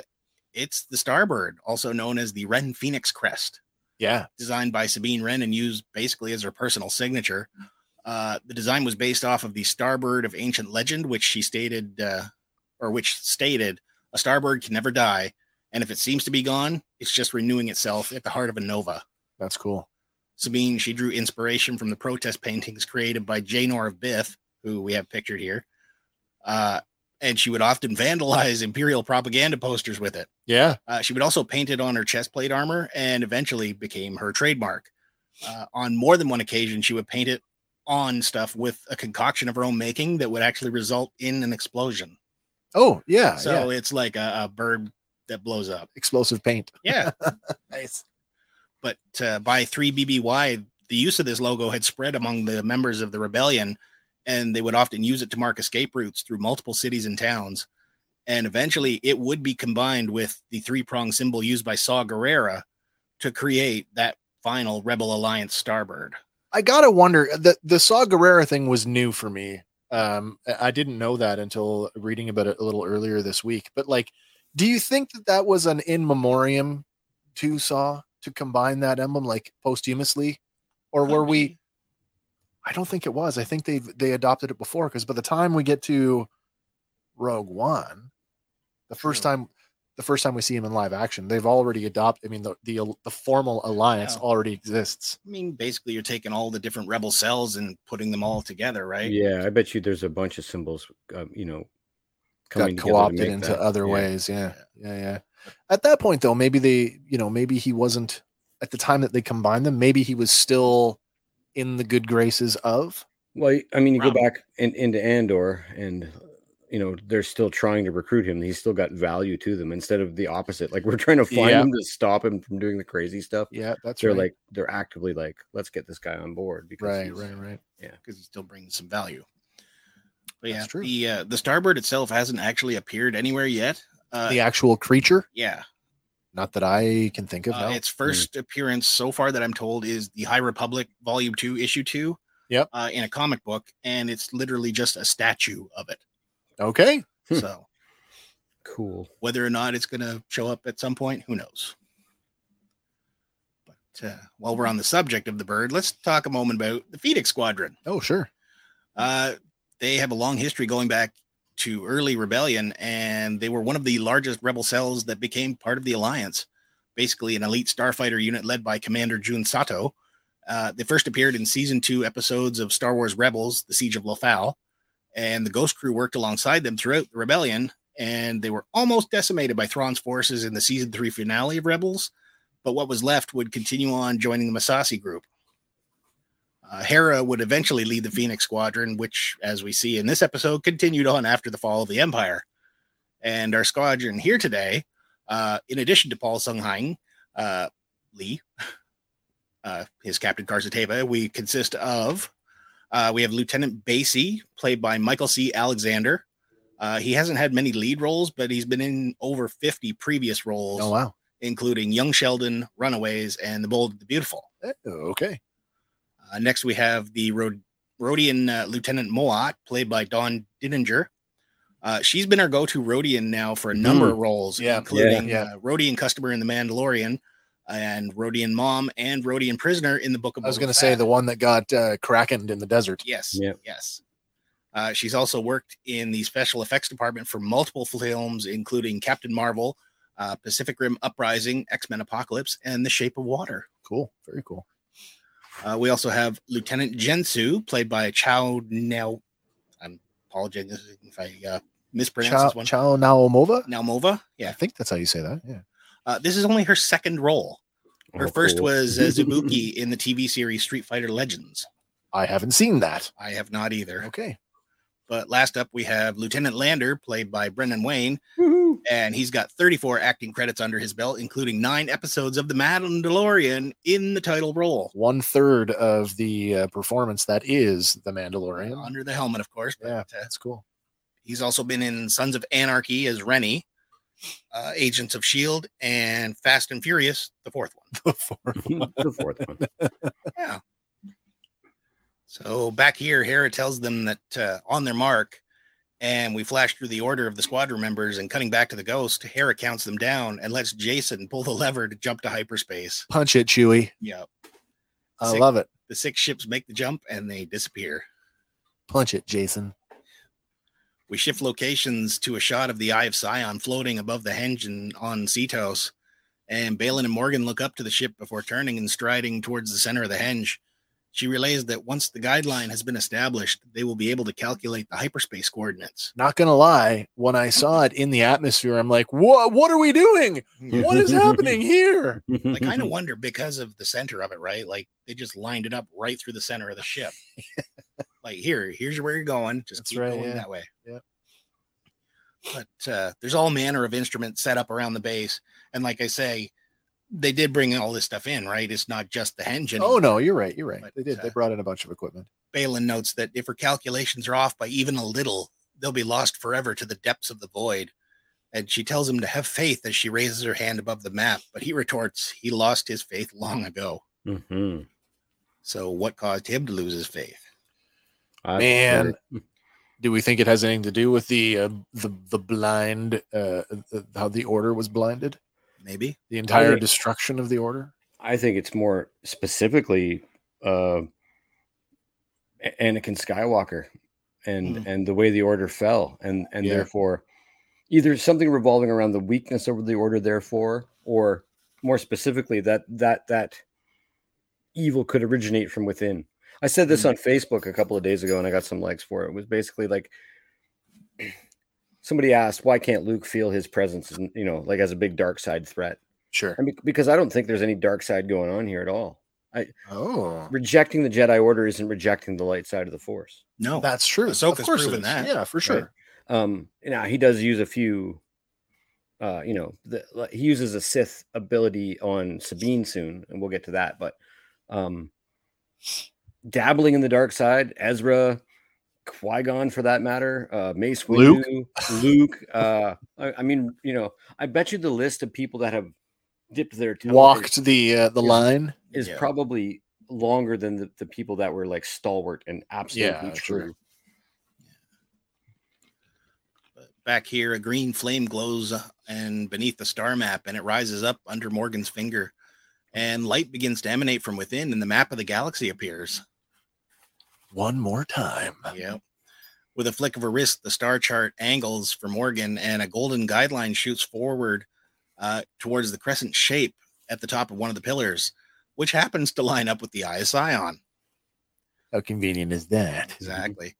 B: it's the Starbird, also known as the Ren Phoenix Crest.
A: Yeah.
B: designed by Sabine Wren and used basically as her personal signature. Uh, the design was based off of the starbird of ancient legend, which she stated, uh, or which stated, a starbird can never die, and if it seems to be gone, it's just renewing itself at the heart of a nova.
A: That's cool.
B: Sabine, she drew inspiration from the protest paintings created by Janor of Bith, who we have pictured here, uh, and she would often vandalize imperial propaganda posters with it.
A: Yeah.
B: Uh, she would also paint it on her chest plate armor and eventually became her trademark. Uh, on more than one occasion, she would paint it on stuff with a concoction of her own making that would actually result in an explosion.
A: Oh, yeah. yeah.
B: so it's like a, a bird that blows up.
A: Explosive paint.
B: Yeah.
A: Nice.
B: but uh, by 3BBY, the use of this logo had spread among the members of the rebellion, and they would often use it to mark escape routes through multiple cities and towns. And eventually, it would be combined with the three prong symbol used by Saw Gerrera to create that final Rebel Alliance Starbird.
A: I gotta wonder the the Saw Gerrera thing was new for me. Um, I- I didn't know that until reading about it a little earlier this week. But like, do you think that that was an in memoriam to Saw to combine that emblem like posthumously, or were we? I don't think it was. I think they they adopted it before because by the time we get to Rogue One, the first
B: True.
A: time the first time we see him in live action, they've already adopted. I mean, the the, the formal alliance
B: Yeah.
A: already exists.
B: I mean, basically, you're taking all the different Rebel cells and putting them all together, right?
C: Yeah, I bet you there's a bunch of symbols, um, you know,
A: got
C: coming together to
A: co-opted
C: make
A: into
C: that.
A: other
C: Yeah.
A: ways. Yeah. yeah, yeah, At that point, though, maybe they, you know, maybe he wasn't at the time that they combined them. Maybe he was still in the good graces of.
C: Well, I mean, you go
B: Probably.
C: back in, into Andor, and you know they're still trying to recruit him. He's still got value to them instead of the opposite. Like we're trying to find
A: Yeah.
C: him to stop him from doing the crazy stuff.
A: Yeah, that's
C: they're
A: right.
C: like they're actively like, let's get this guy on board because
A: right,
C: he's-
A: right, right.
B: because he still brings some value. But yeah,
A: That's true.
B: the uh, the Starbird itself hasn't actually appeared anywhere yet. Uh,
A: the actual creature,
B: yeah,
A: not that I can think of.
B: uh,
A: no.
B: its first appearance so far that I'm told is the High Republic Volume Two, Issue Two.
A: Yep.
B: uh, in a comic book, and it's literally just a statue of it.
A: Okay,
C: Hmm.
B: so
C: Cool.
B: whether or not it's going to show up at some point, who knows. But uh, while we're on the subject of the bird, let's talk a moment about the Phoenix Squadron.
A: oh sure,
B: Uh, they have a long history going back to early rebellion, and they were one of the largest rebel cells that became part of the alliance. Basically, an elite starfighter unit led by Commander Jun Sato. Uh, they first appeared in season two episodes of Star Wars Rebels: The Siege of Lothal, and the Ghost Crew worked alongside them throughout the rebellion. And they were almost decimated by Thrawn's forces in the season three finale of Rebels, but what was left would continue on joining the Masasi group. Uh, Hera would eventually lead the Phoenix Squadron, which, as we see in this episode, continued on after the fall of the Empire. And our squadron here today, uh, in addition to Paul Sunghang, uh, Lee, uh, his Captain Karzateva, we consist of uh, we have Lieutenant Basie, played by Michael C. Alexander. Uh, he hasn't had many lead roles, but he's been in over 50 previous roles
A: oh wow,
B: including Young Sheldon, Runaways, and The Bold and the Beautiful.
A: Eh, Okay.
B: Uh, next, we have the Rhod- Rhodian uh, Lieutenant Moat, played by Dawn Dininger. Uh, she's been our go-to Rhodian now for a number of roles,
A: Mm. Yeah.
B: including
A: Yeah.
B: Uh, Rhodian customer in The Mandalorian, and Rhodian mom and Rhodian prisoner in the Book of.
A: I was
B: Boba
A: going to say
B: Fett.
A: the one that got uh, krakened in the desert.
B: Yes.
E: Yeah.
B: Yes. Uh, she's also worked in the special effects department for multiple films, including Captain Marvel, uh, Pacific Rim Uprising, X Men Apocalypse, and The Shape of Water.
A: Cool. Very cool.
B: Uh, we also have Lieutenant Jensu, played by Chow Now. I'm apologizing if I uh, mispronounce
A: Chao
B: this one.
A: Chao Naomova.
B: Naomova.
A: I
B: Yeah.
A: think that's how you say that. Yeah.
B: Uh, this is only her second role. Her
E: Oh,
B: first
E: cool.
B: was uh, Zubuki in the TV series Street Fighter Legends.
A: I haven't seen that.
B: I have not either.
A: Okay.
B: But last up, we have Lieutenant Lander, played by Brendan Wayne,
E: Woohoo.
B: and he's got 34 acting credits under his belt, including nine episodes of The Mandalorian in the title role.
A: One third of the uh, performance that is The Mandalorian.
B: Under the helmet, of course.
A: Yeah.
B: uh,
A: That's cool.
B: He's also been in Sons of Anarchy as Rennie, uh, Agents of S.H.I.E.L.D., and Fast and Furious, the fourth one.
E: the fourth one.
B: So back here, Hera tells them that uh, on their mark, and we flash through the order of the squadron members and cutting back to the ghost, Hera counts them down and lets Jason pull the lever to jump to hyperspace.
A: Punch it, Chewie.
B: Yeah.
A: I
B: Sick.
A: love it.
B: The six ships make the jump and they disappear.
A: Punch it, Jason.
B: We shift locations to a shot of the Eye of Scion floating above the engine on Cetos, and Balin and Morgan look up to the ship before turning and striding towards the center of the henge. She relays that once the guideline has been established, they will be able to calculate the hyperspace coordinates.
A: Not gonna lie, when I saw it in the atmosphere, I'm like, "What? What are we doing? What is happening here?"
B: I kind of wonder because of the center of it, right? Like they just lined it up right through the center of the ship. like here, here's where you're going. Just
A: That's
B: keep
A: right,
B: going
A: yeah.
B: that way.
A: Yep.
B: But uh, there's all manner of instruments set up around the base, and like I say, they did bring all this stuff in, right? It's not just the engine.
A: Oh no, you're right. You're right.
B: But,
A: They did. They
B: uh,
A: brought in a bunch of equipment.
B: Balin notes that if her calculations are off by even a little, they'll be lost forever to the depths of the void. And she tells him to have faith as she raises her hand above the map, but he retorts, he lost his faith long ago.
C: Mm-hmm.
E: Mhm.
B: So what caused him to lose his faith?
E: I-
A: Man. Do we think it has anything to do with the uh, the the blind? Uh, the, how the order was blinded?
B: Maybe.
A: The entire
E: think-
A: destruction of the order.
E: I think it's more specifically uh, A- Anakin Skywalker and
A: Mhm.
E: and the way the order fell, and and
A: Yeah.
E: therefore either something revolving around the weakness of the order, therefore, or more specifically that that that evil could originate from within. I said this on Facebook a couple of days ago, and I got some likes for it. It was basically like somebody asked, "Why can't Luke feel his presence?" And you know, like as a big dark side threat.
A: Sure.
E: I mean, because I don't think there's any dark side going on here at all.
A: Oh,
E: Rejecting the Jedi Order isn't rejecting the light side of the Force.
B: No.
A: that's true.
B: Ahsoka's
A: of course, it
B: proven
A: is.
B: that.
A: Yeah, for sure.
E: Um, now he does use a few, uh, you know, the, like, he uses a Sith ability on Sabine soon, and we'll get to that. But um, dabbling in the dark side, Ezra, Qui Gon, for that matter, uh, Mace
A: Luke.
E: Windu, Luke. Uh, I, I mean, you know, I bet you the list of people that have dipped their toe in-
A: Walked the uh, the
E: Yeah.
A: line.
E: is
B: Yeah.
E: probably longer than the, the people that were like stalwart and absolutely
A: Yeah, sure.
E: true.
B: But Back here, a green flame glows uh, and beneath the star map, and it rises up under Morgan's finger, and light begins to emanate from within, and the map of the galaxy appears.
A: One more time.
B: Yep. With a flick of her wrist, the star chart angles for Morgan, and a golden guideline shoots forward uh, towards the crescent shape at the top of one of the pillars, which happens to line up with the Eye of Scion.
A: How convenient is that?
B: Exactly.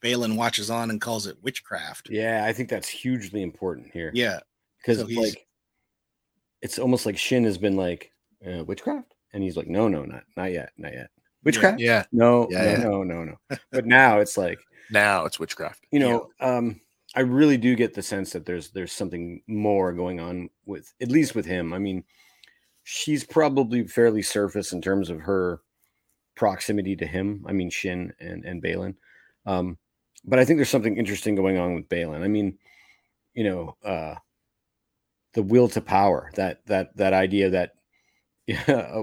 B: Balin watches on and calls it witchcraft.
E: Yeah, I think that's hugely important here.
B: Yeah.
E: because
B: so
E: it's
B: he's-
E: like it's almost like Shin has been like uh, witchcraft, and he's like, no, no, not not yet, not yet, witchcraft.
A: Yeah.
E: No,
A: Yeah,
E: no,
A: yeah.
E: no, no, no. But now it's like
A: Now it's witchcraft.
E: you know, um, I really do get the sense that there's there's something more going on with at least with him. I mean, she's probably fairly surface in terms of her proximity to him. I mean, Shin and and Balin, um, but I think there's something interesting going on with Balin. I mean, you know, uh, the will to power that that that idea that yeah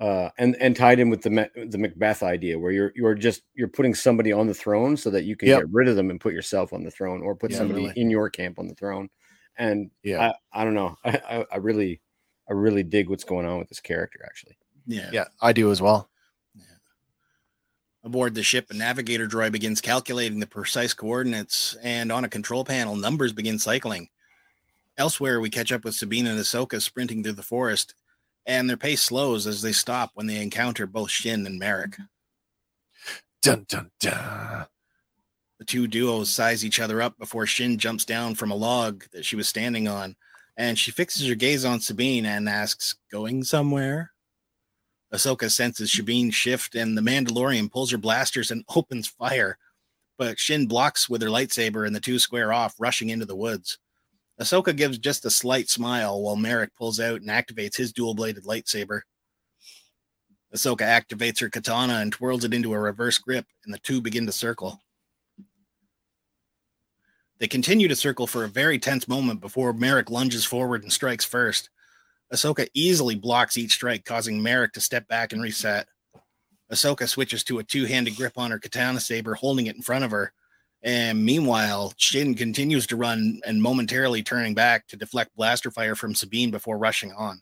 E: uh, and and tied in with the Ma- the Macbeth idea where you're you're just you're putting somebody on the throne so that you can
A: Yep.
E: get rid of them and put yourself on the throne or put
A: Yeah,
E: somebody
A: really.
E: in your camp on the throne and
A: Yeah.
E: I, I don't know I, I I really I really dig what's going on with this character actually
B: Yeah.
A: yeah, I do as well.
B: Aboard the ship, a navigator droid begins calculating the precise coordinates, and on a control panel, numbers begin cycling. Elsewhere, we catch up with Sabine and Ahsoka sprinting through the forest, and their pace slows as they stop when they encounter both Shin and Merrick.
A: Dun dun dun.
B: The two duos size each other up before Shin jumps down from a log that she was standing on, and she fixes her gaze on Sabine and asks, Going somewhere? Ahsoka senses Sabine's shift, and the Mandalorian pulls her blasters and opens fire. But Shin blocks with her lightsaber, and the two square off, rushing into the woods. Ahsoka gives just a slight smile while Merrick pulls out and activates his dual bladed lightsaber. Ahsoka activates her katana and twirls it into a reverse grip, and the two begin to circle. They continue to circle for a very tense moment before Merrick lunges forward and strikes first. Ahsoka easily blocks each strike, causing Merrick to step back and reset. Ahsoka switches to a two handed grip on her katana saber, holding it in front of her. And meanwhile, Shin continues to run and momentarily turning back to deflect blaster fire from Sabine before rushing on.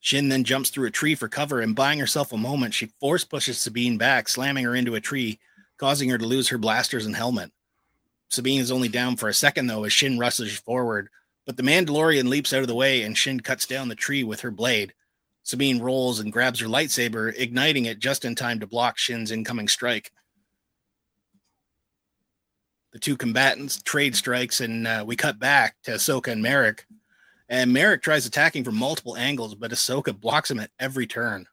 B: Shin then jumps through a tree for cover and buying herself a moment, she force pushes Sabine back, slamming her into a tree, causing her to lose her blasters and helmet. Sabine is only down for a second, though, as Shin rushes forward, but the Mandalorian leaps out of the way and Shin cuts down the tree with her blade. Sabine rolls and grabs her lightsaber, igniting it just in time to block Shin's incoming strike. The two combatants trade strikes, and uh, we cut back to Ahsoka and Merrick. And Merrick tries attacking from multiple angles, but Ahsoka blocks him at every turn.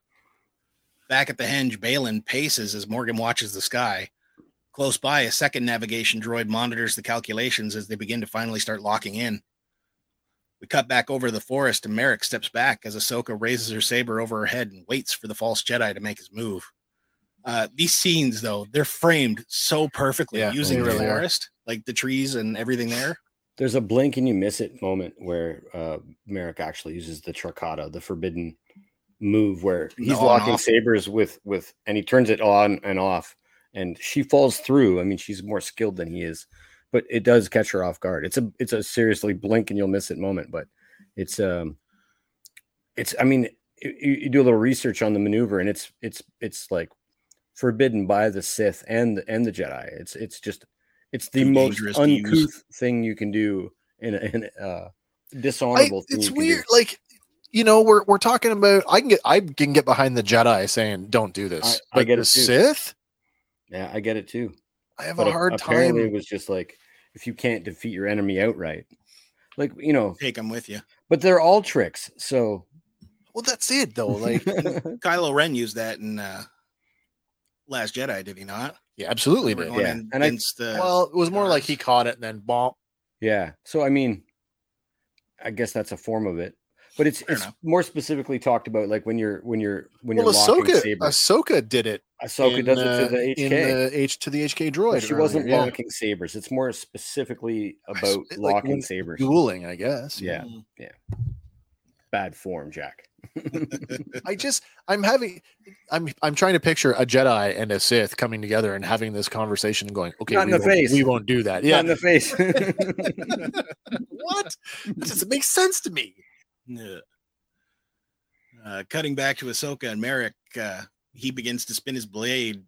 B: Back at the henge, Balin paces as Morgan watches the sky. Close by, a second navigation droid monitors the calculations as they begin to finally start locking in. We cut back over the forest, and Merrick steps back as Ahsoka raises her saber over her head and waits for the false Jedi to make his move. Uh, these scenes, though, they're framed so perfectly
A: Yeah,
B: using
A: they
B: the
A: really are.
B: forest, like the trees and everything there.
E: there's a blink and you miss it moment where uh, Merrick actually uses the tricata, the forbidden move, where
B: The
E: he's
B: on and
E: locking
B: off.
E: sabers with with, and he turns it on and off, and she falls through. I mean, she's more skilled than he is, but it does catch her off guard. It's a it's a seriously blink and you'll miss it moment, but it's um, it's I mean, you, you you do a little research on the maneuver, and it's it's it's like forbidden by the Sith and and the Jedi. It's it's just it's the
B: Too
E: most
B: dangerous to use.
E: uncouth thing you can do in a, in a uh, dishonorable.
A: I-
E: thing
A: it's
E: you can
A: weird. Like, you know, we're we're talking about. I can get I can get behind the Jedi saying don't do this,
E: I- I
A: but
E: get
A: the
E: it too.
A: Sith.
E: do. Yeah, I get it too.
A: I have
E: But
A: a
E: a-
A: hard
E: apparently, it
A: time.
E: was just like if you can't defeat your enemy outright, like you know.
B: Take them with you.
E: But they're all tricks. So
A: Well, that's it though. Like,
B: Kylo Ren used that in uh, Last Jedi, did he not?
A: yeah, absolutely.
B: We're
A: Did.
B: going
E: Yeah.
B: in
E: And I-
B: against the-
A: Well, it was more like he caught it and then bomb.
E: Yeah. So I mean, I guess that's a form of it. But it's
B: Fair
E: it's
B: enough.
E: more specifically talked about like when you're when you're when
A: Well,
E: you're locking
A: Ahsoka,
E: saber.
A: Ahsoka did it.
E: Ahsoka
A: in,
E: does
A: uh,
E: it to the HK.
A: in the H to the HK droid.
E: But she
A: earlier,
E: wasn't
A: yeah.
E: locking sabers. It's more specifically
A: I s-
E: about
A: it, like,
E: locking
A: when
E: sabers.
A: dueling, I guess.
E: Yeah.
B: Mm.
E: Bad form, Jack.
A: I just I'm having I'm I'm trying to picture a Jedi and a Sith coming together and having this conversation and going, okay,
E: Not in
A: we,
E: the
A: won't,
E: face.
A: we won't do that.
E: Yeah,
A: Yeah.
E: in the face.
A: what? That doesn't make sense to me.
B: Yeah. Uh, cutting back to Ahsoka and Merrick, uh, he begins to spin his blade,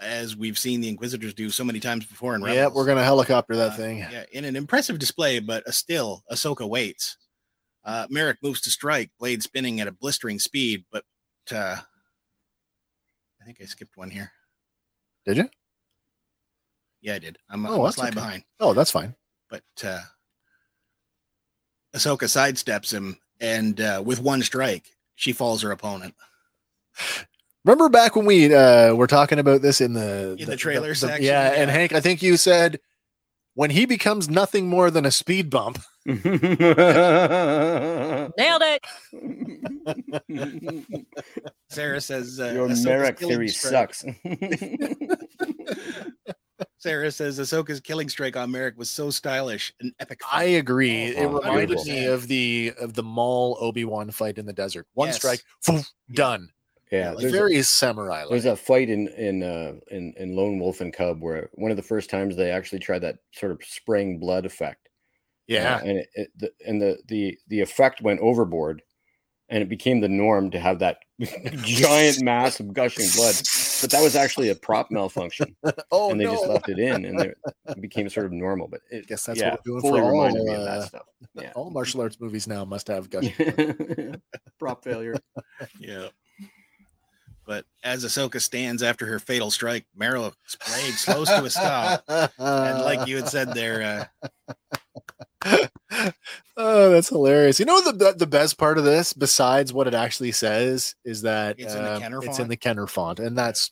B: as we've seen the Inquisitors do so many times before. In Rebels.
A: Yeah, we're gonna helicopter that
B: Uh,
A: thing.
B: Yeah, in an impressive display, but uh, still, Ahsoka waits. Uh, Merrick moves to strike, blade spinning at a blistering speed, but uh, I think I skipped one here.
A: Did you?
B: Yeah, I did. I'm,
A: Oh,
B: I'm a
A: that's
B: slide
A: okay.
B: behind.
A: Oh, that's fine.
B: but uh, Ahsoka sidesteps him, and uh, with one strike, she falls her opponent.
A: Remember back when we uh were talking about this in the
B: In the trailer section,
A: yeah, and
B: yeah.
A: Hank, I think you said when he becomes nothing more than a speed bump.
F: Nailed it.
B: Sarah says, uh,
E: Your
B: Ahsoka's
E: Merrick
B: killing
E: theory
B: strike.
E: sucks.
B: Sarah says Ahsoka's killing strike on Merrick was so stylish, an epic.
A: I
B: Fight.
A: agree. it
C: Oh,
A: reminded
C: beautiful.
A: me of the of the Maul Obi Wan fight in the desert. One
B: Yes.
A: strike, poof, done.
C: Yeah,
A: Like,
C: there's a-
A: very samurai.
C: There's a fight in in uh, in in Lone Wolf and Cub where one of the first times they actually tried that sort of spraying blood effect. uh,
A: yeah,
C: and it, it, the, and the the the effect went overboard, and it became the norm to have that giant mass of gushing blood. But that was actually a prop malfunction,
A: oh
C: and they
A: no.
C: just left it in, and it it became sort of normal. But it,
A: Guess that's what
C: yeah,
A: we're doing
C: fully
A: for all,
C: reminded me of
A: uh,
C: that stuff. Yeah.
A: All martial arts movies now must have gushing.
C: prop failure.
B: Yeah. But as Ahsoka stands after her fatal strike, Merrick's blade slows to a stop. And like you had said there, uh,
A: oh, that's hilarious. You know the, the the best part of this, besides what it actually says, is that um,
B: It's in the Kenner
A: it's in
B: font?
A: the Kenner font, and that's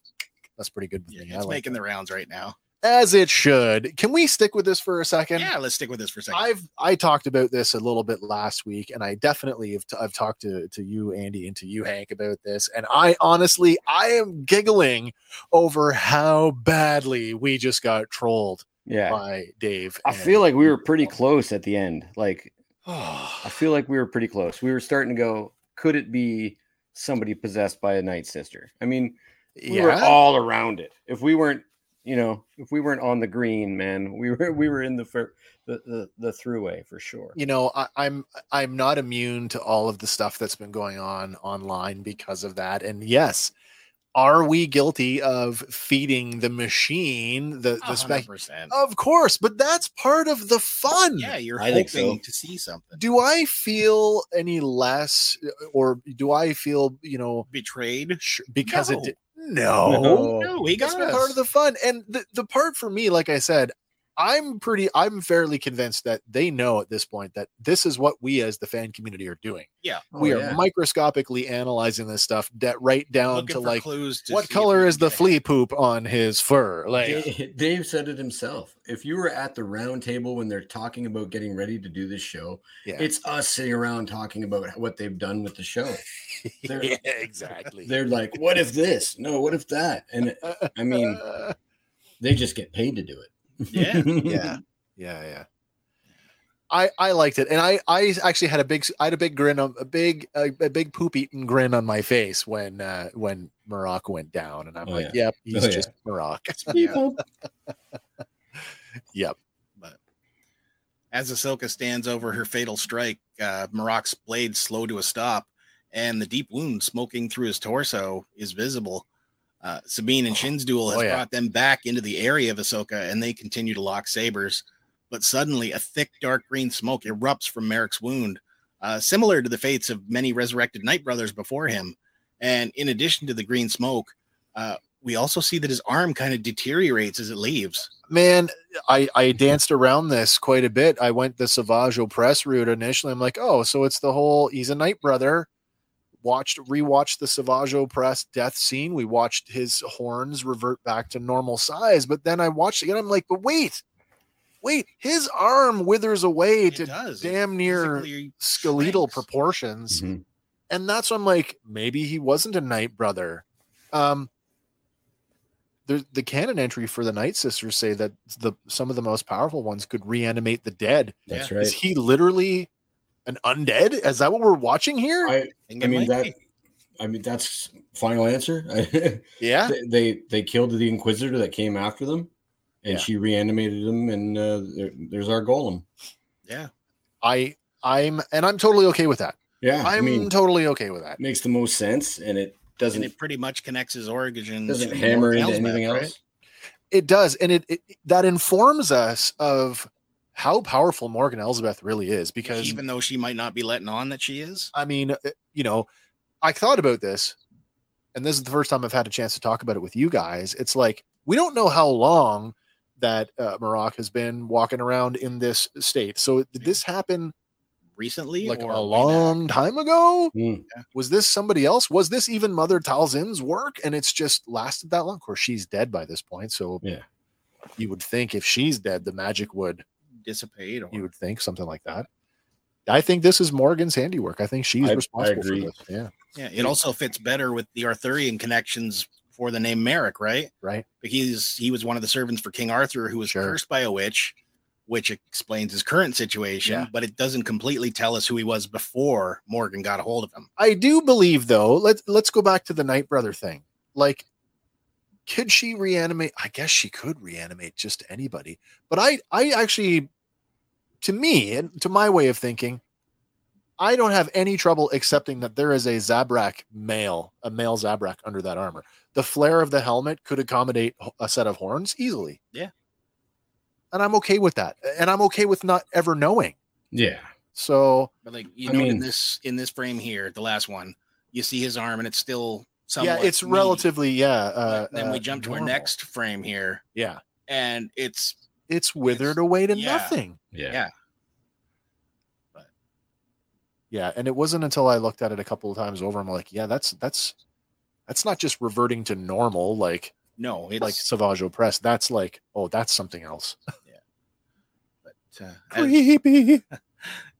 A: that's pretty good.
B: uh,
A: with me. I
B: it's
A: like
B: making
A: that.
B: the rounds right now.
A: as it should. Can we stick with this for a second?
B: yeah, let's stick with this for a 2nd
A: I've I talked about this a little bit last week, and I definitely have t- I've talked to to you, Andy, and to you, Hank, about this. And I honestly I am giggling over how badly we just got trolled
C: Yeah.
A: by Dave.
C: I feel like we were pretty close at the end. Like I
A: like
C: feel like we were pretty close. We were starting to go, could it be somebody possessed by a night sister? I mean, we were
A: yeah.
C: all around it. If we weren't, you know, if we weren't on the green, man, we were we were in the fir- the the, the throughway for sure.
A: you know I, i'm i'm not immune to all of the stuff that's been going on online because of that and yes are we guilty of feeding the machine the, the spec
B: 100%.
A: of course but that's part of the fun
B: yeah, you're
C: I
B: hoping
C: think so.
B: to see something.
A: do i feel any less uh, or do i feel you know
B: Betrayed?
A: sh- because
B: No.
A: it did, no,
B: No, he
A: That's
B: got us.
A: been part of the fun. And the, the part for me, like I said, I'm pretty, I'm fairly convinced that they know at this point that this is what we as the fan community are doing.
B: Oh,
E: Oh,
A: we are microscopically analyzing this stuff that right down
B: Looking
A: um, to
B: for
A: like
B: clues to see
A: what
B: if
A: color
B: we
A: is
B: can
A: the
B: get it.
A: flea poop on his fur. Like,
E: Dave, Dave said it himself. If you were at the round table when they're talking about getting ready to do this show,
A: Yeah.
E: it's us sitting around talking about what they've done with the show. They're,
A: yeah, exactly.
E: they're like, what if this? No, what if that? And I mean,
A: Uh,
E: they just get paid to do it.
B: Yeah.
A: yeah yeah yeah i i liked it and i i actually had a big i had a big grin on a big a, a big poop eating grin on my face when uh when Maroc went down and i'm
E: Oh,
A: like
E: yeah.
A: yep he's
E: Oh, yeah.
A: just Maroc
E: People.
A: yep
B: But as Ahsoka stands over her fatal strike, uh, Marok's blade slow to a stop, and the deep wound smoking through his torso is visible. Uh, Sabine and Shin's duel has
A: Oh, yeah.
B: brought them back into the area of Ahsoka, and they continue to lock sabers. But suddenly, a thick, dark green smoke erupts from Merrick's wound, uh, similar to the fates of many resurrected Knight Brothers before him. And in addition to the green smoke, uh, we also see that his arm kind of deteriorates as it leaves.
A: man i
B: Mm-hmm.
A: i danced around this quite a bit i went the savage press route initially i'm like oh so it's the whole he's a night brother watched rewatched the savage press death scene we watched his horns revert back to normal size but then i watched it again i'm like but wait wait his arm withers away
B: It
A: to
B: does. It
A: damn near
B: physically
A: skeletal
B: shrinks.
A: proportions
C: Mhm.
A: and that's when I'm like, maybe he wasn't a Knight Brother. Um, the the canon entry for the Night Sisters say that the some of the most powerful ones could reanimate the dead.
E: That's
A: Is
E: right.
A: he literally an undead? Is that what we're watching here?
E: I,
B: think
E: I
B: it
E: mean,
B: might
E: that,
B: be.
E: I mean, that's final answer.
A: yeah,
E: they, they they killed the inquisitor that came after them and
A: Yeah.
E: she reanimated him and uh, there, there's our golem
B: yeah.
A: I I'm and I'm totally okay with that.
E: yeah i
A: I'm
E: mean
A: totally okay with that.
E: makes the most sense and it doesn't
B: And it pretty much connects his origin.
E: doesn't
B: to
E: hammer into
B: Hell's Map,
E: anything
B: right?
E: else
A: It does, and it, it that informs us of how powerful Morgan Elsbeth really is because
B: even though she might not be letting on that she is.
A: I mean, uh, you know, I thought about this, and this is the first time I've had a chance to talk about it with you guys. It's like we don't know how long that uh, Maroc has been walking around in this state. So did this happen
B: Recently,
A: like
B: or
A: a long time ago?
E: Mm.
A: Was this somebody else? Was this even Mother Talzin's work? And it's just lasted that long. Of course, she's dead by this point, so
E: Yeah.
A: you would think if she's dead, the magic would.
B: dissipate, or
A: You would think something like that. I think this is Morgan's handiwork. I think she's
E: I- I
A: responsible
E: agree.
A: for this. Yeah.
B: yeah, it also fits better with the Arthurian connections before the name Merrick, right?
A: Right.
B: But he's he was one of the servants for King Arthur who was
A: Sure.
B: cursed by a witch, which explains his current situation,
A: Yeah.
B: but it doesn't completely tell us who he was before Morgan got a hold of him.
A: I do believe though. Let's let's go back to the Night Brother thing. Like, could she reanimate? I guess she could reanimate just anybody. But I I actually, to me and to my way of thinking, I don't have any trouble accepting that there is a Zabrak male, a male Zabrak under that armor. The flare of the helmet could accommodate h- a set of horns easily.
B: Yeah.
A: And I'm okay with that. And I'm okay with not ever knowing.
E: Yeah.
A: So
B: But like you
C: I
B: know, in
C: mean-
B: this in this frame here, the last one, you see his arm, and it's still somewhat
A: yeah, it's
B: meaty.
A: relatively yeah. Uh,
B: But then
A: uh,
B: we jump to
A: normal.
B: our next frame here,
A: Yeah.
B: and it's
A: it's withered away to
B: yeah.
A: nothing.
E: Yeah.
B: Yeah.
A: Yeah, and it wasn't until I looked at it a couple of times over, I'm like, yeah, that's that's that's not just reverting to normal like
B: no, it's
A: like Savage Press. That's like, oh, that's something else.
B: but, uh, as-
A: Creepy.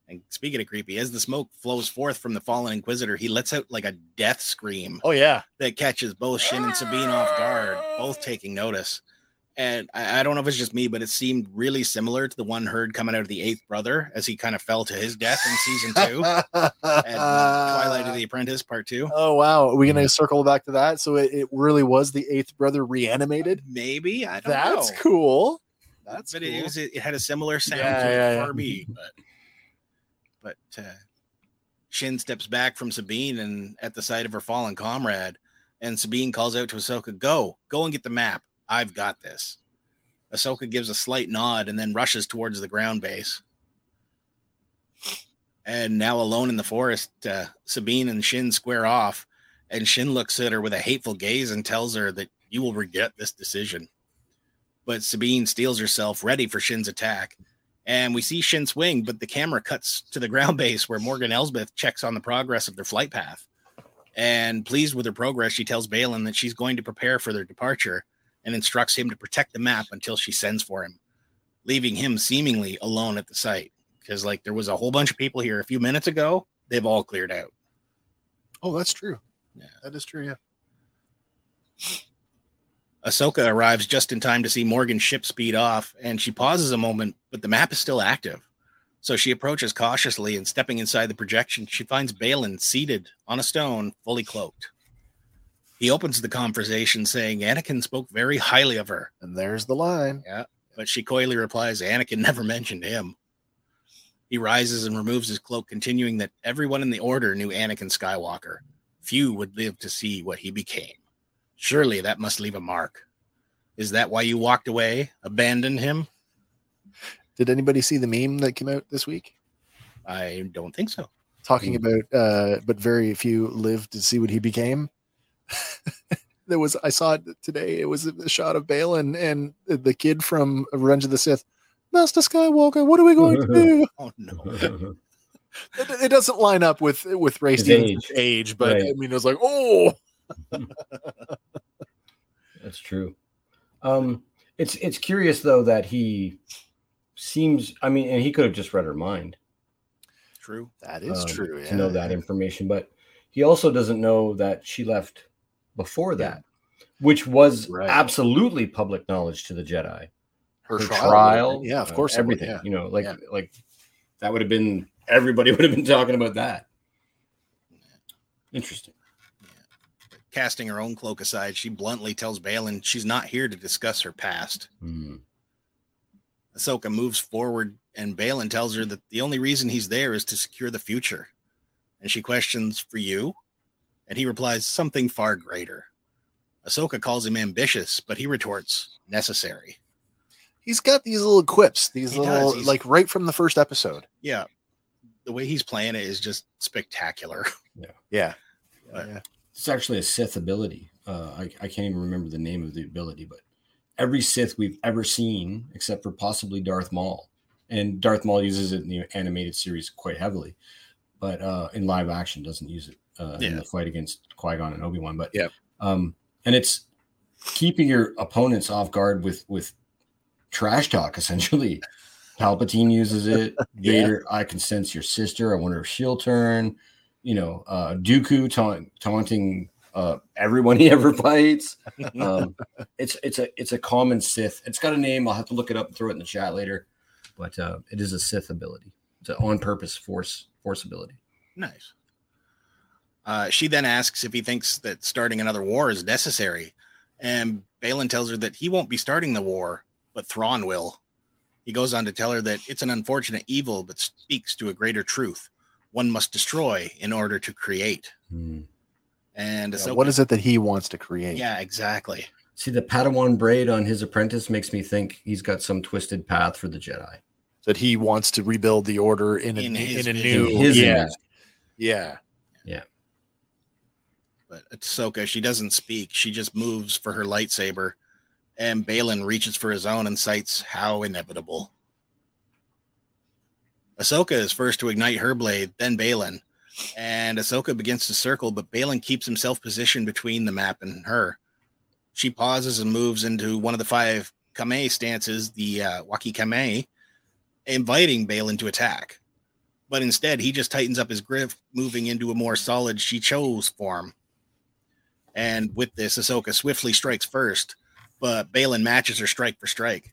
B: and speaking of creepy, as the smoke flows forth from the fallen Inquisitor, he lets out like a death scream
A: Oh yeah,
B: that catches both Shin and Sabine off guard, both taking notice. And I, I don't know if it's just me, but it seemed really similar to the one heard coming out of the Eighth Brother as he kind of fell to his death in season two. and Twilight of the Mm-hmm. Apprentice Part Two.
A: Oh wow, are we gonna circle back to that? So it, it really was the Eighth Brother reanimated.
B: Maybe I don't know.
A: That's cool. That's
B: but
A: cool.
B: it was it, had a similar sound
A: Yeah,
B: to
A: yeah,
B: the
A: yeah.
B: Furby, but but uh, Shin steps back from Sabine and at the sight of her fallen comrade, and Sabine calls out to Ahsoka, "Go, go and get the map. I've got this." Ahsoka gives a slight nod and then rushes towards the ground base. And now alone in the forest, uh, Sabine and Shin square off, and Shin looks at her with a hateful gaze and tells her that you will regret this decision but Sabine steals herself ready for Shin's attack. And we see Shin swing, but the camera cuts to the ground base where Morgan Elsbeth checks on the progress of their flight path. And pleased with her progress, she tells Balin that she's going to prepare for their departure and instructs him to protect the map until she sends for him, leaving him seemingly alone at the site. Because, like, there was a whole bunch of people here a few minutes ago, they've all cleared out.
A: oh, that's true.
B: Yeah.
A: That is true. Yeah.
B: Ahsoka arrives just in time to see Morgan's ship speed off, and she pauses a moment, but the map is still active. So she approaches cautiously and stepping inside the projection, she finds Balin seated on a stone, fully cloaked. He opens the conversation saying Anakin spoke very highly of her,
A: And there's the line.
B: but she coyly replies Anakin never mentioned him. He rises and removes his cloak, continuing that everyone in the order knew Anakin Skywalker. Few would live to see what he became. Surely that must leave a mark. Is that why you walked away, abandoned him?
A: Did anybody see the meme that came out this week?
B: I don't think so.
A: talking
C: Hmm.
A: about uh but very few lived to see what he became there was i saw it today it was a shot of balin and the kid from revenge of the sith master skywalker what are we going to do
B: Oh no.
A: it, it doesn't line up with with ray
C: His
A: stevens age. but i
C: Right.
A: mean it was like oh
C: That's true.
E: um,
C: It's it's curious though that he seems. I mean, and he could have just read her mind.
B: True.
A: that is
C: um,
A: true
C: to know that information, but he also doesn't know that she left before that, which was
A: Right.
C: absolutely public knowledge to the Jedi. her
A: her, trial,
C: trial,
A: yeah of
C: uh,
A: course it would,
C: everything.
A: yeah.
C: You know, like
A: yeah.
C: like that would have been everybody would have been talking about that. Interesting.
B: Casting her own cloak aside, she bluntly tells Balin she's not here to discuss her past.
C: Hmm.
B: Ahsoka moves forward, and Balin tells her that the only reason he's there is to secure the future. And she questions, For you? And he replies, Something far greater. Ahsoka calls him ambitious, but he retorts, Necessary.
A: he's got these little quips these
B: He does,
A: little
B: he's-
A: like right from the first episode
B: Yeah. The way he's playing it is just spectacular.
A: yeah
B: Right.
A: yeah
E: It's actually a Sith ability. Uh, I, I can't even remember the name of the ability, but every Sith we've ever seen, except for possibly Darth Maul, and Darth Maul uses it in the animated series quite heavily, but uh, in live action doesn't use it uh, in
B: Yeah.
E: the fight against Qui Gon and Obi Wan. But
A: Yeah.
E: um, and it's keeping your opponents off guard with with trash talk essentially. Palpatine uses it.
A: Yeah.
E: Vader, I can sense your sister. I wonder if she'll turn. You know, uh, Dooku taunt, taunting uh, everyone he ever fights. Um, it's it's a it's a common Sith. It's got a name. I'll have to look it up and throw it in the chat later. But uh, it is a Sith ability. It's an on purpose force force ability.
B: Nice. Uh, she then asks if he thinks that starting another war is necessary, and Balin tells her that he won't be starting the war, but Thrawn will. He goes on to tell her that it's an unfortunate evil, but speaks to a greater truth: one must destroy in order to create. And
A: Yeah,
B: so,
A: what is it that he wants to create?
B: Yeah, exactly.
E: See the Padawan braid on his apprentice makes me think he's got some twisted path for the Jedi.
A: That he wants to rebuild the order in a,
B: In
A: in,
B: his
A: a
B: vision.
A: new.
E: In his
A: yeah.
E: image.
A: Yeah.
B: But Ahsoka, she doesn't speak. She just moves for her lightsaber, and Balin reaches for his own and cites how inevitable. Ahsoka is first to ignite her blade, then Balin, and Ahsoka begins to circle, but Balin keeps himself positioned between the map and her. She pauses and moves into one of the five Kame stances, the uh, Waki Kame, inviting Balin to attack. But instead, he just tightens up his grip, moving into a more solid she chose form. And with this, Ahsoka swiftly strikes first, but Balin matches her strike for strike.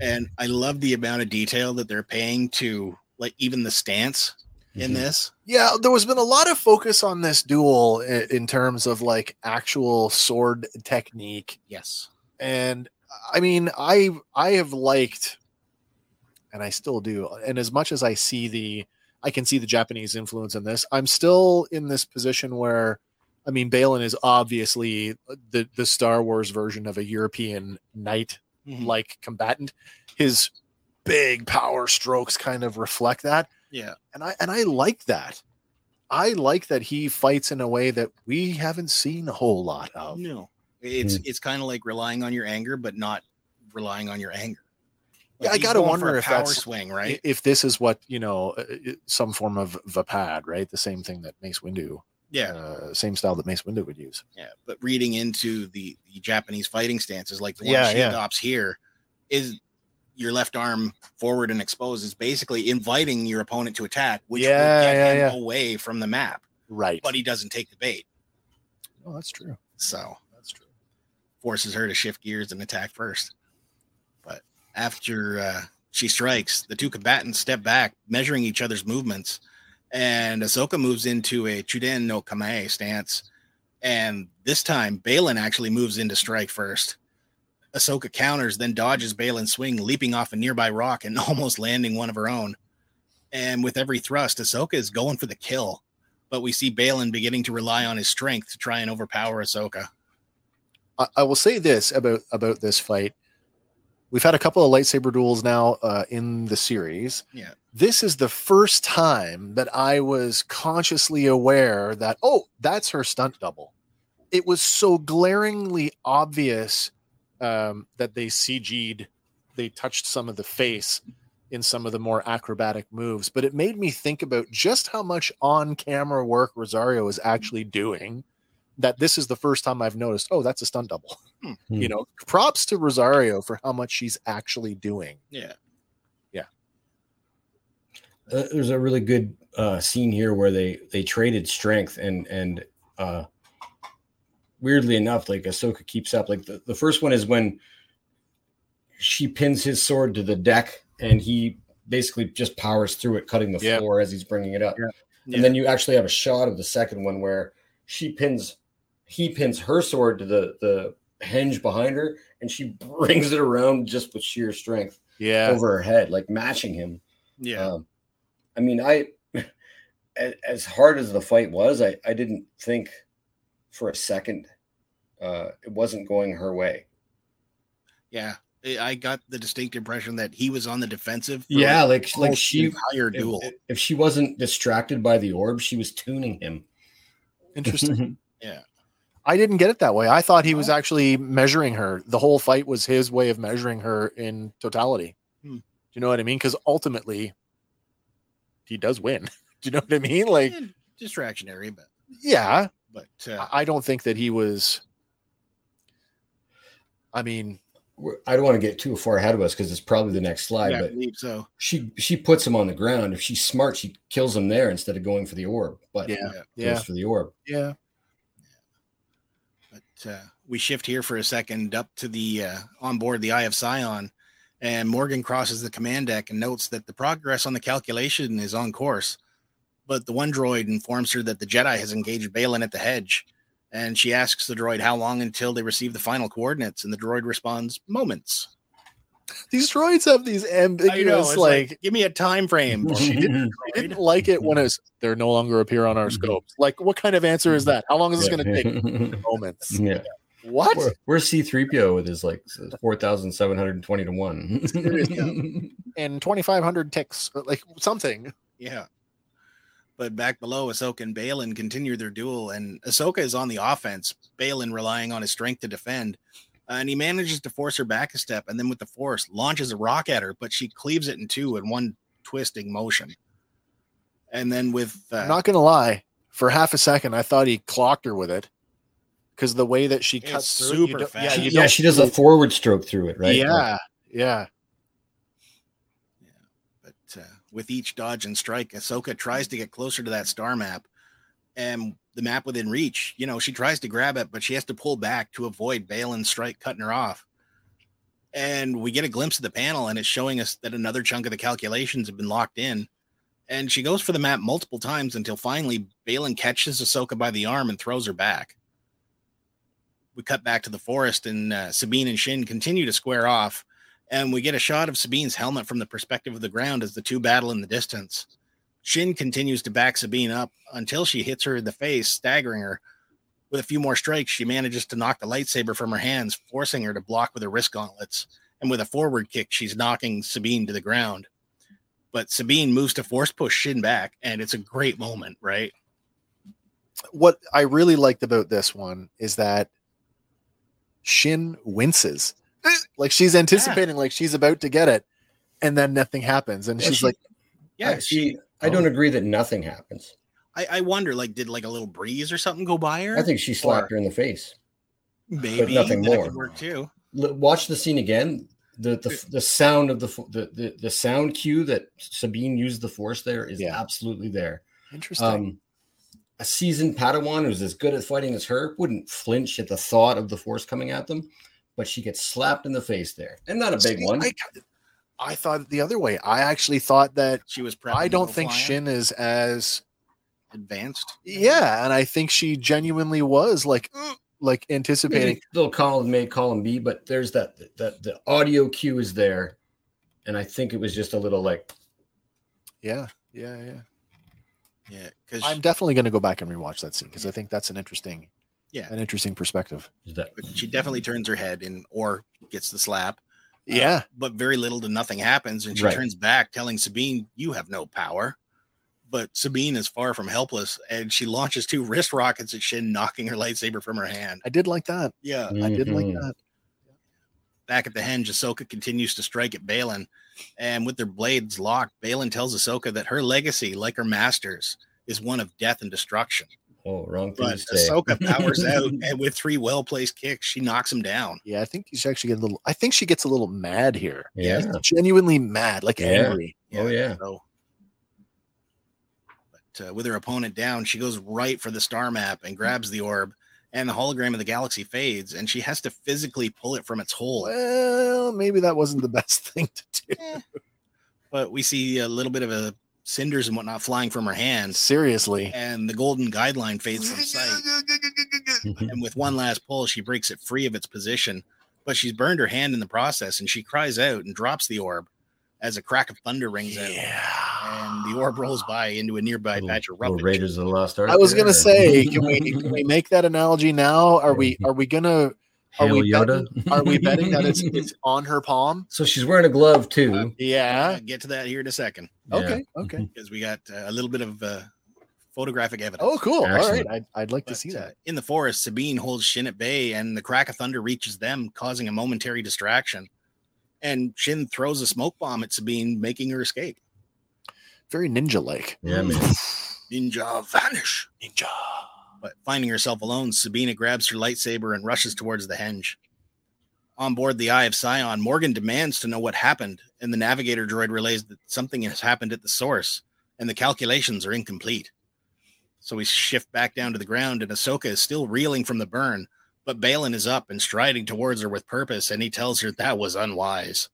B: And I love the amount of detail that they're paying to like even the stance in
E: Mhm.
B: this.
A: Yeah, there was been a lot of focus on this duel i- in terms of like actual sword technique
B: Yes.
A: and i mean i i have liked and i still do and as much as i see the i can see the japanese influence in this i'm still in this position where i mean balin is obviously the the star wars version of a european knight like combatant his big power strokes kind of reflect that
B: Yeah.
A: and I and I like that. I like that he fights in a way that we haven't seen a whole lot of.
B: No. It's it's kind of like relying on your anger, but not relying on your anger.
A: Yeah, I
B: he's
A: gotta
B: going for
A: wonder
B: a
A: if
B: power
A: that's-
B: swing, right?
A: If this is what you know, uh, uh, some form of Vapad, right? The same thing that Mace Windu,
B: yeah.
A: uh, same style that Mace Windu would use.
B: Yeah, but reading into the, the Japanese fighting stances, like the one
A: Yeah,
B: she
A: yeah.
B: adopts here, is your left arm forward and exposed is basically inviting your opponent to attack, which
A: Yeah,
B: will get
A: yeah,
B: him away from the map.
A: Right.
B: But he doesn't take the bait,
A: oh, that's true.
B: so
A: That's true.
B: forces her to shift gears and attack first. But after uh, she strikes, the two combatants step back, measuring each other's movements, and Ahsoka moves into a Chuden no Kame stance. And this time, Balin actually moves into strike first. Ahsoka counters, then dodges Balin's swing, leaping off a nearby rock and almost landing one of her own. And with every thrust, Ahsoka is going for the kill. But we see Balin beginning to rely on his strength to try and overpower Ahsoka.
A: I, I will say this about about this fight. We've had a couple of lightsaber duels now uh, in the series.
B: Yeah.
A: This is the first time that I was consciously aware that oh, that's her stunt double. It was so glaringly obvious um, that they CG'd, they touched some of the face in some of the more acrobatic moves, but it made me think about just how much on-camera work Rosario is actually doing that this is the first time I've noticed, oh, that's a stunt double.
B: Hmm.
A: You know, props to Rosario for how much she's actually doing.
B: Yeah.
E: Uh, there's a really good uh, scene here where they they traded strength and and uh, weirdly enough, like Ahsoka keeps up. Like the, the first one is when she pins his sword to the deck and he basically just powers through it, cutting the
A: Yeah.
E: floor as he's bringing it up.
A: Yeah.
B: Yeah.
E: And then you actually have a shot of the second one where she pins he pins her sword to the the hinge behind her and she brings it around just with sheer strength
A: Yeah.
E: over her head like matching him
B: Yeah.
E: um, I mean, I as, as hard as the fight was, I, I didn't think for a second uh, it wasn't going her way.
B: Yeah, I- I got the distinct impression that he was on the defensive. for,
E: Yeah, like
B: the
E: like
B: whole
E: she
B: entire duel.
E: if, if she wasn't distracted by the orb, she was tuning him.
A: Oh, Interesting.
B: Yeah.
A: I didn't get it that way. I thought he was actually measuring her. The whole fight was his way of measuring her in totality.
B: Hmm.
A: Do you know what I mean? Because ultimately, he does win. Do you know what I mean? Like,
B: Yeah, Eh, distractionary, but
A: yeah,
B: but uh,
A: I- I don't think that he was. I mean,
E: We're- I don't want to get too far ahead of us because it's probably the next slide.
B: yeah, I
E: But
B: believe so.
E: she she puts him on the ground. If she's smart, she kills him there instead of going for the orb. But
A: Yeah.
E: she
B: Yeah.
E: goes
A: yeah,
E: for the orb.
A: yeah.
B: uh, we shift here for a second up to the uh, on board the Eye of Scion, and Morgan crosses the command deck and notes that the progress on the calculation is on course. But the one droid informs her that the Jedi has engaged Balin at the hedge, and she asks the droid how long until they receive the final coordinates, and the droid responds, "Moments."
A: These droids have these ambiguous,
B: it's
A: like,
B: give me a time frame.
A: she didn't- I didn't like it when it's they're no longer appear on
E: Mm-hmm.
A: our scopes. Like, what kind of answer is that? How long is this going to take? Moments.
E: yeah.
A: What?
E: Where, where's C3PO with his like 4,720 to 1?
A: And 2,500 ticks, or, like something.
B: Yeah. But back below, Ahsoka and Balin continue their duel, and Ahsoka is on the offense, Balin relying on his strength to defend. uh, and he manages to force her back a step, and then with the force, launches a rock at her, but she cleaves it in two in one twisting motion. And then with uh,
A: I'm not going to lie. For half a second, I thought he clocked her with it because the way that she
B: It's
A: cuts through it, you
B: super
A: don't-
B: fast.
A: Yeah, you
E: yeah,
A: don't-
E: she does a forward stroke through it, right?
A: Yeah, yeah.
B: But uh, with each dodge and strike, Ahsoka tries to get closer to that star map and the map within reach. You know, she tries to grab it, but she has to pull back to avoid Balin's strike cutting her off. And we get a glimpse of the panel, and it's showing us that another chunk of the calculations have been locked in. And she goes for the map multiple times until finally Balin catches Ahsoka by the arm and throws her back. We cut back to the forest, and uh, Sabine and Shin continue to square off and we get a shot of Sabine's helmet from the perspective of the ground as the two battle in the distance. Shin continues to back Sabine up until she hits her in the face, staggering her. With a few more strikes, she manages to knock the lightsaber from her hands, forcing her to block with her wrist gauntlets. And with a forward kick, she's knocking Sabine to the ground. But Sabine moves to force push Shin back, and it's a great moment, right?
A: What I really liked about this one is that Shin winces. Like she's anticipating, like she's about to get it, and then nothing happens. And
E: Yeah,
A: she's
E: she-
A: like,
E: Yeah. I, she, I don't agree that nothing happens.
B: I, I wonder, like, did like a little breeze or something go by her?
E: I think she slapped her in the face.
B: maybe
E: nothing
B: that
E: more.
B: could work too.
E: L- watch the scene again. The the, the sound of the, fo- the the the sound cue that Sabine used the force there is
A: Yeah.
E: absolutely there.
A: interesting.
E: Um, a seasoned Padawan who's as good at fighting as her wouldn't flinch at the thought of the force coming at them, but she gets slapped in the face there, and not a big
A: See,
E: one.
A: I, I thought it the other way. I actually thought that
B: She was prepping
A: I
B: to
A: don't
B: go
A: think
B: flying.
A: Shin is as
B: advanced.
A: yeah, and I think she genuinely was like "Mm," like anticipating.
E: Maybe little column A, column B, but there's that that the audio cue is there, and I think it was just a little like
A: Yeah, yeah, yeah.
B: Yeah, because
A: I'm definitely going to go back and rewatch that scene because I think that's an interesting,
B: Yeah.
A: an interesting perspective.
E: is that
B: but she definitely turns her head and or gets the slap.
A: Yeah,
B: But very little to nothing happens, and she
E: Right.
B: turns back, telling Sabine, "You have no power." But Sabine is far from helpless, and she launches two wrist rockets at Shin, knocking her lightsaber from her hand.
A: I did like that.
B: Yeah,
A: I did like
E: Mhm.
A: that.
B: back at the henge, Ahsoka continues to strike at Balin, and with their blades locked, Balin tells Ahsoka that her legacy, like her master's, is one of death and destruction.
E: Oh, wrong thing
B: But
E: to say.
B: Ahsoka powers out, and with three well-placed kicks, she knocks him down.
A: Yeah, I think she's actually getting a little. I think she gets a little mad here.
E: Yeah.
A: genuinely mad, like
E: Yeah.
A: angry.
E: Oh yeah.
B: So, but uh, with her opponent down, she goes right for the star map and grabs the orb, and the hologram of the galaxy fades, and she has to physically pull it from its hole.
A: Well, maybe that wasn't the best thing to do.
B: But we see a little bit of a cinders and whatnot flying from her hands,
A: Seriously.
B: and the golden guideline fades from sight. and with one last pull, she breaks it free of its position. But she's burned her hand in the process, and she cries out and drops the orb as a crack of thunder rings out, and the orb rolls by into a nearby
E: Little-
B: patch of
E: little
B: rubbish.
E: Raiders of the Lost Ark.
A: I was gonna
E: there.
A: say, can we can we make that analogy now? Are we are we gonna are
E: Hail
A: we
E: Yoda?
A: are we betting that it's it's on her palm?
E: so she's wearing a glove too.
A: Yeah.
B: Uh, get to that here in a second
A: Uh, Okay.
E: Mm-hmm.
A: Okay.
B: because we got uh, a little bit of uh, photographic evidence.
A: Oh, cool. All right.
E: Excellent.
A: I'd, I'd like to
B: But,
A: see
B: uh,
A: that.
B: in the forest, Sabine holds Shin at bay, and the crack of thunder reaches them, causing a momentary distraction. And Shin throws a smoke bomb at Sabine, making her escape.
A: Very ninja like.
E: Yeah, man.
B: Ninja vanish.
A: Ninja.
B: But finding herself alone, Sabina grabs her lightsaber and rushes towards the henge. On board the Eye of Scion, Morgan demands to know what happened, and the navigator droid relays that something has happened at the source, and the calculations are incomplete. So we shift back down to the ground, and Ahsoka is still reeling from the burn, But Balin is up and striding towards her with purpose, and he tells her that was unwise.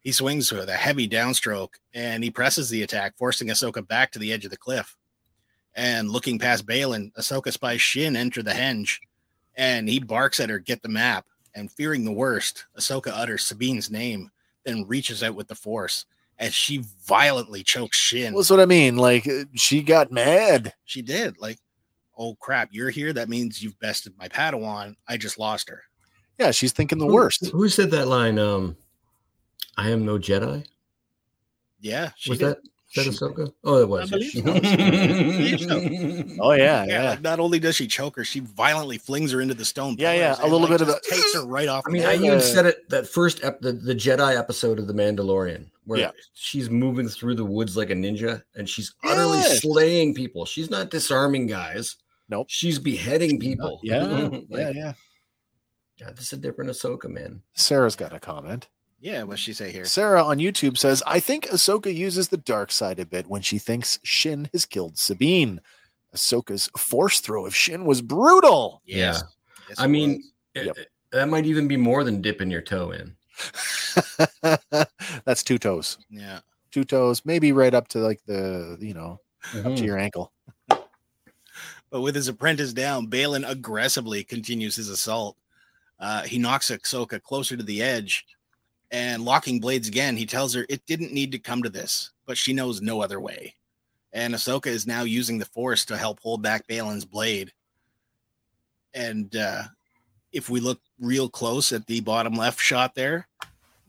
B: He swings with a heavy downstroke and he presses the attack, forcing Ahsoka back to the edge of the cliff. And looking past Balin, Ahsoka spies Shin enter the henge, and he barks at her, "Get the map!" And fearing the worst, Ahsoka utters Sabine's name, then reaches out with the Force, and she violently chokes Shin.
A: Well, that's what I mean. Like uh, she got mad.
B: she did. Like, oh crap, you're here. That means you've bested my Padawan. I just lost her.
A: Yeah, she's thinking the
E: Who-
A: worst.
E: Who said that line? Um, I am no Jedi.
B: Yeah, she
E: was
B: did.
E: that was that
A: She
E: Ahsoka? Oh, it was.
B: I believe so.
A: Oh yeah,
B: Yeah,
A: yeah.
B: like, not only does she choke her, she violently flings her into the stone.
A: Yeah, yeah,
B: pillars
A: a
B: and,
A: little
B: like,
A: bit of
B: just
A: the-
B: takes her right off.
E: I mean,
B: the
E: I
B: edge.
E: even
A: Uh,
E: said it that first ep- the, the Jedi episode of The Mandalorian, where
A: Yeah.
E: she's moving through the woods like a ninja and she's utterly
A: Yes.
E: slaying people. She's not disarming guys.
A: Nope.
E: She's beheading people.
A: Yeah,
E: Like,
A: yeah, yeah.
E: God, this is a different Ahsoka, man.
A: Sarah's got a comment.
B: yeah, what she say here?
A: Sarah on YouTube says, I think Ahsoka uses the dark side a bit when she thinks Shin has killed Sabine. Ahsoka's force throw of Shin was brutal.
B: Yes. Yes,
E: I
B: it
E: mean,
B: was.
E: it-
A: Yep.
E: it- that might even be more than dipping your toe in.
A: That's two toes.
B: yeah.
A: Two toes, maybe right up to like the, you know, up to
B: Hmm.
E: Mhm.
A: your ankle.
B: But with his apprentice down, Balin aggressively continues his assault. Uh, he knocks Ahsoka closer to the edge and locking blades again. He tells her it didn't need to come to this, but she knows no other way. And Ahsoka is now using the force to help hold back Balin's blade. And uh, if we look real close at the bottom left shot there,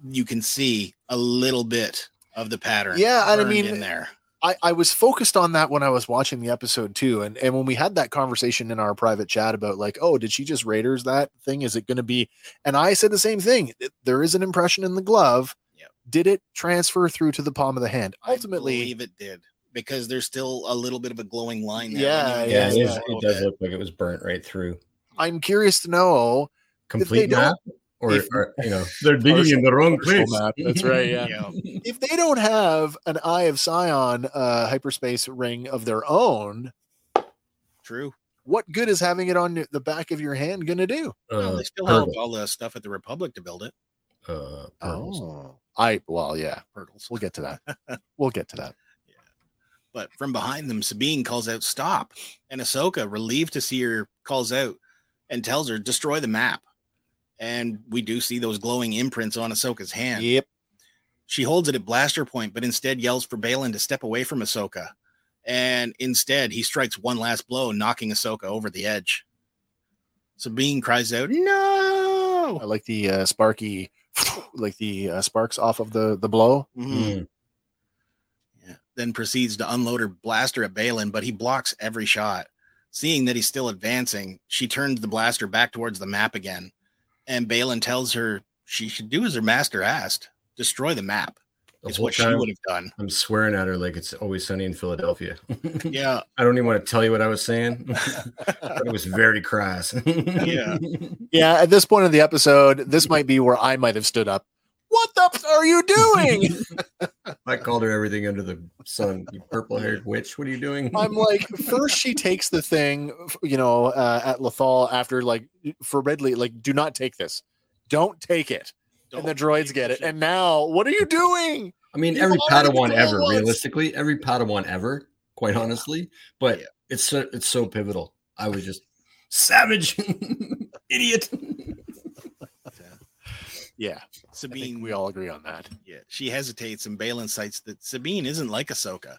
B: you can see a little bit of the pattern.
A: Yeah, and I
B: burned
A: mean-
B: in there.
A: I, I was focused on that when I was watching the episode too. And and when we had that conversation in our private chat about like, oh, did she just Raiders that thing? Is it gonna be and I said the same thing. Th- There is an impression in the glove.
B: Yep.
A: Did it transfer through to the palm of the hand?
B: I
A: Ultimately,
B: believe it did because there's still a little bit of a glowing line there.
A: Yeah,
B: When you
E: Yeah,
A: Yes,
E: it,
B: get
E: is,
B: a
E: it
B: little
E: does
B: bit.
E: look like it was burnt right through.
A: I'm curious to know.
E: Complete
A: don't-
E: map, or,
A: if-
E: or, you know, they're digging in the wrong
A: Partial
E: place.
A: map, that's right, yeah.
B: Yeah.
A: if they don't have an Eye of Scion uh, hyperspace ring of their own,
B: True.
A: what good is having it on your- the back of your hand going to do?
B: Well,
E: Uh,
B: they still have
E: Purgle.
B: all the stuff at the Republic to build it.
E: uh, Purgles.
A: Oh, I well, yeah,
B: Hurdles.
A: we'll get to that. We'll get to that.
B: But from behind them, Sabine calls out, Stop. And Ahsoka, relieved to see her, calls out and tells her, Destroy the map. And we do see those glowing imprints on Ahsoka's hand.
A: Yep.
B: She holds it at blaster point, but instead yells for Balin to step away from Ahsoka. And instead, he strikes one last blow, knocking Ahsoka over the edge. Sabine cries out,
A: I
B: No!
A: like the uh, sparky, like the uh, sparks off of the the blow.
B: Mhm.
E: Mm.
B: Yeah. Then proceeds to unload her blaster at Balin, but he blocks every shot. Seeing that he's still advancing, she turns the blaster back towards the map again. And Balin tells her she should do as her master asked destroy the map.
E: The
B: It's
E: whole
B: what she
E: time,
B: would have done.
E: I'm swearing at her like it's always sunny in Philadelphia.
B: Yeah.
E: I don't even want to tell you what I was saying. but it was very crass.
B: Yeah.
A: Yeah. At this point in the episode, this might be where I might have stood up. What the f- are you doing?
E: I called her everything under the sun. You purple haired witch. What are you doing?
A: I'm like, first she takes the thing, f- you know, uh, at Lethal after like for Ridley, like, do not take this, don't take it, and the droids get it. And now, what are you doing?
E: I mean,
A: You
E: every
A: already
E: Padawan
A: did it
E: ever,
A: once.
E: realistically, every Padawan ever, quite honestly. But
B: Yeah.
E: it's so, it's so pivotal. I was just savage, idiot.
A: Yeah, I
B: Sabine
A: think we all agree on that.
B: Yeah, she hesitates, and Balin cites that Sabine isn't like Ahsoka.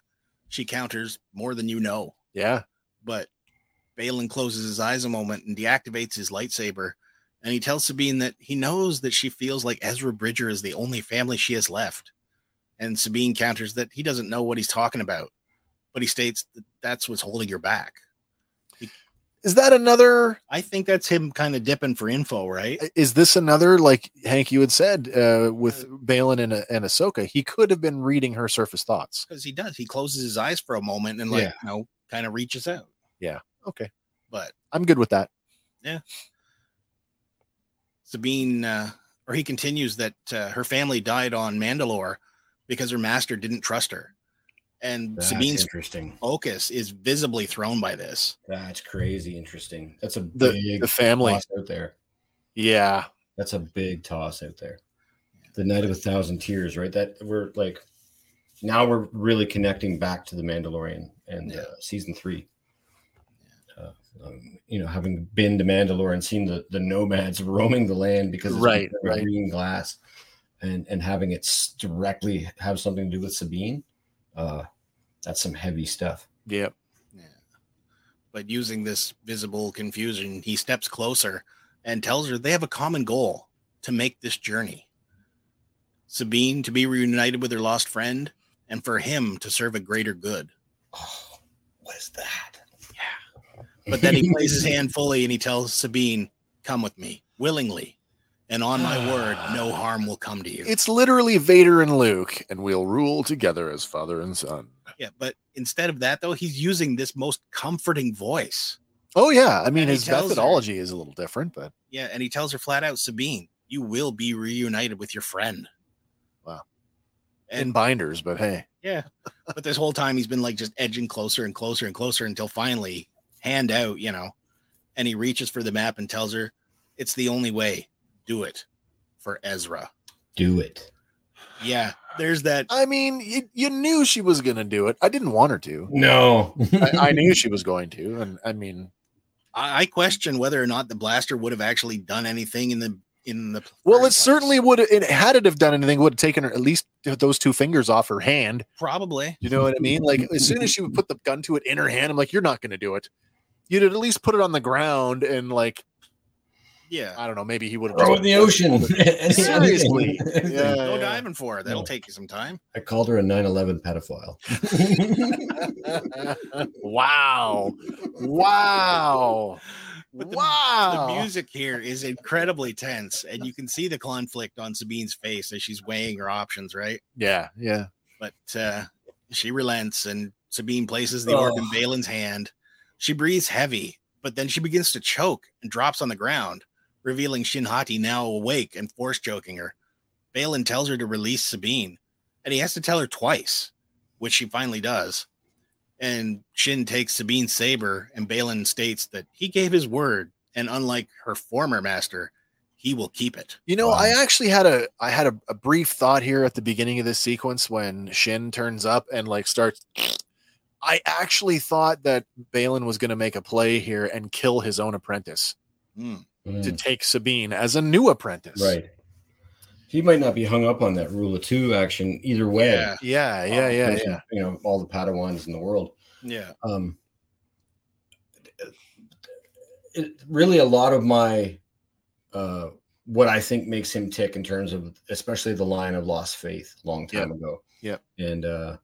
B: She counters more than you know,
A: Yeah,
B: but Balin closes his eyes a moment and deactivates his lightsaber. And he tells Sabine that he knows that she feels like Ezra Bridger is the only family she has left. And Sabine counters that he doesn't know what he's talking about, but he states that that's what's holding her back.
A: is that another?
B: I think that's him kind of dipping for info, right?
A: Is this another like Hank? You had said uh, with Balin and, and Ahsoka, he could have been reading her surface thoughts.
B: Because he does. He closes his eyes for a moment and, like,
E: Yeah.
B: you know, kind of reaches out.
A: Okay,
B: But
A: I'm good with that.
B: Sabine, uh, or he continues that uh, her family died on Mandalore because her master didn't trust her. and
E: That's
B: Sabine's
E: interesting.
B: focus is visibly thrown by this.
E: That's crazy interesting. That's a
A: The-
E: big
A: the family.
E: toss out there.
A: Yeah.
E: That's a big toss out there. The night of a thousand tears, right? That we're like now we're really connecting back to the Mandalorian and uh, season three. Uh, um, you know, having been to Mandalore and seen the, the nomads roaming the land because it's
A: Right,
E: become a
A: right.
E: green glass, and and having it s- directly have something to do with Sabine, uh, that's some heavy stuff.
A: Yep.
B: Yeah. But using this visible confusion, he steps closer and tells her they have a common goal to make this journey. Sabine to be reunited with her lost friend, and for him to serve a greater good.
E: Oh, what is that?
B: But then he plays his hand fully and he tells Sabine, Come with me willingly. And on my word, no harm will come to you.
A: It's literally Vader and Luke, and we'll rule together as father and son.
B: yeah. But instead of that, though, he's using this most comforting voice.
A: Oh yeah. I mean,
B: And he
A: his
B: tells her-
A: methodology is a little different, but
B: Yeah. And he tells her flat out, Sabine, you will be reunited with your friend.
A: Wow. in
B: And
A: binders. But hey,
B: yeah. But this whole time, he's been like just edging closer and closer and closer until finally, hand out, you know. And he reaches for the map and tells her, It's the only way. Do it for Ezra.
E: Do it.
B: Yeah. There's that
A: I mean, you, you knew she was gonna do it. I didn't want her to.
E: No.
A: I, I knew she was going to, and I mean,
B: I I question whether or not the blaster would have actually done anything in the in the.
A: well, it
B: first place.
A: certainly would. It had it have done anything, would have taken her at least those two fingers off her hand.
B: probably.
A: You know what I mean? Like as soon as she would put the gun to it in her hand, I'm like, you're not gonna do it. You'd at least put it on the ground and like
B: Yeah,
A: I don't know, maybe he would have
E: Throw it in the ocean.
A: Seriously.
E: Anything.
A: Yeah,
B: go
A: yeah.
B: diving for her. That'll
E: No.
B: take you some time.
E: I called her a 9/11 pedophile.
A: wow. Wow.
B: But the-
A: wow.
B: The music here is incredibly tense, and you can see the conflict on Sabine's face as she's weighing her options. Right,
A: yeah, yeah.
B: but uh, she relents, and Sabine places the orb in
E: Oh.
B: Balin's hand. She breathes heavy, but then she begins to choke and drops on the ground, revealing Shinhati now awake and force choking her. Balin tells her to release Sabine, and he has to tell her twice, which she finally does. And Shin takes Sabine's saber, and Balin states that he gave his word, and unlike her former master, he will keep it.
A: You know,
E: Wow.
A: I actually had a I had a, a brief thought here at the beginning of this sequence when Shin turns up and like starts. I actually thought that Balin was going to make a play here and kill his own apprentice
B: Hmm.
A: to take Sabine as a new apprentice.
E: Mm. right. He might not be hung up on that rule of two action either way.
B: Yeah,
A: Yeah. Yeah. Yeah.
E: Because,
A: Yeah.
E: You know, all the Padawans in the world.
B: yeah,
E: Um, it, really, a lot of my uh, what I think makes him tick in terms of, especially the line of lost faith, a long time ago.
A: Yep.
E: And uh,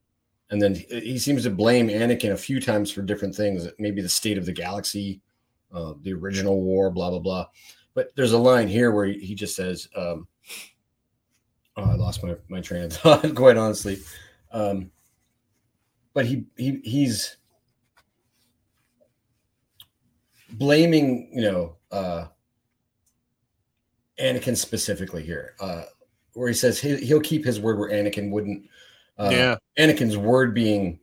E: and then he, he seems to blame Anakin a few times for different things, maybe the state of the galaxy, uh, the original war, blah blah blah. But there's a line here where he just says, um, oh, "I lost my my train of thought." Quite honestly, um, but he he he's blaming you know uh, Anakin specifically here, uh, where he says he, he'll keep his word where Anakin wouldn't. Uh,
A: yeah.
E: Anakin's word being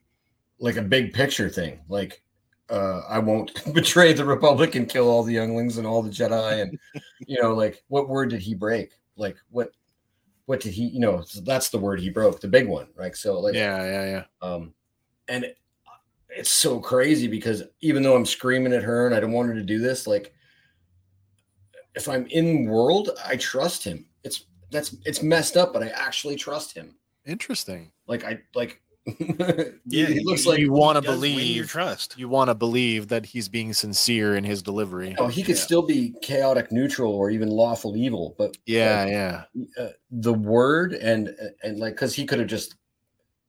E: like a big picture thing, like uh, I won't betray the Republic and kill all the younglings and all the Jedi, and you know, like what word did he break? Like what, what did he? You know, so that's the word he broke, the big one, right? So like,
A: Yeah. Yeah. Yeah.
E: um, and it- it's so crazy because even though I'm screaming at her and I don't want her to do this, like if I'm in world, I trust him. It's that's it's messed up, but I actually trust him.
A: Interesting.
E: Like I like.
B: Yeah,
E: he looks
B: you-
E: like
A: you want to
B: Does win your
A: believe.
B: trust.
A: You want to believe that he's being sincere in his delivery.
E: Oh, he could
B: Yeah.
E: still be chaotic neutral or even lawful evil, but
A: Yeah. Yeah.
E: uh, the word and and like because he could have just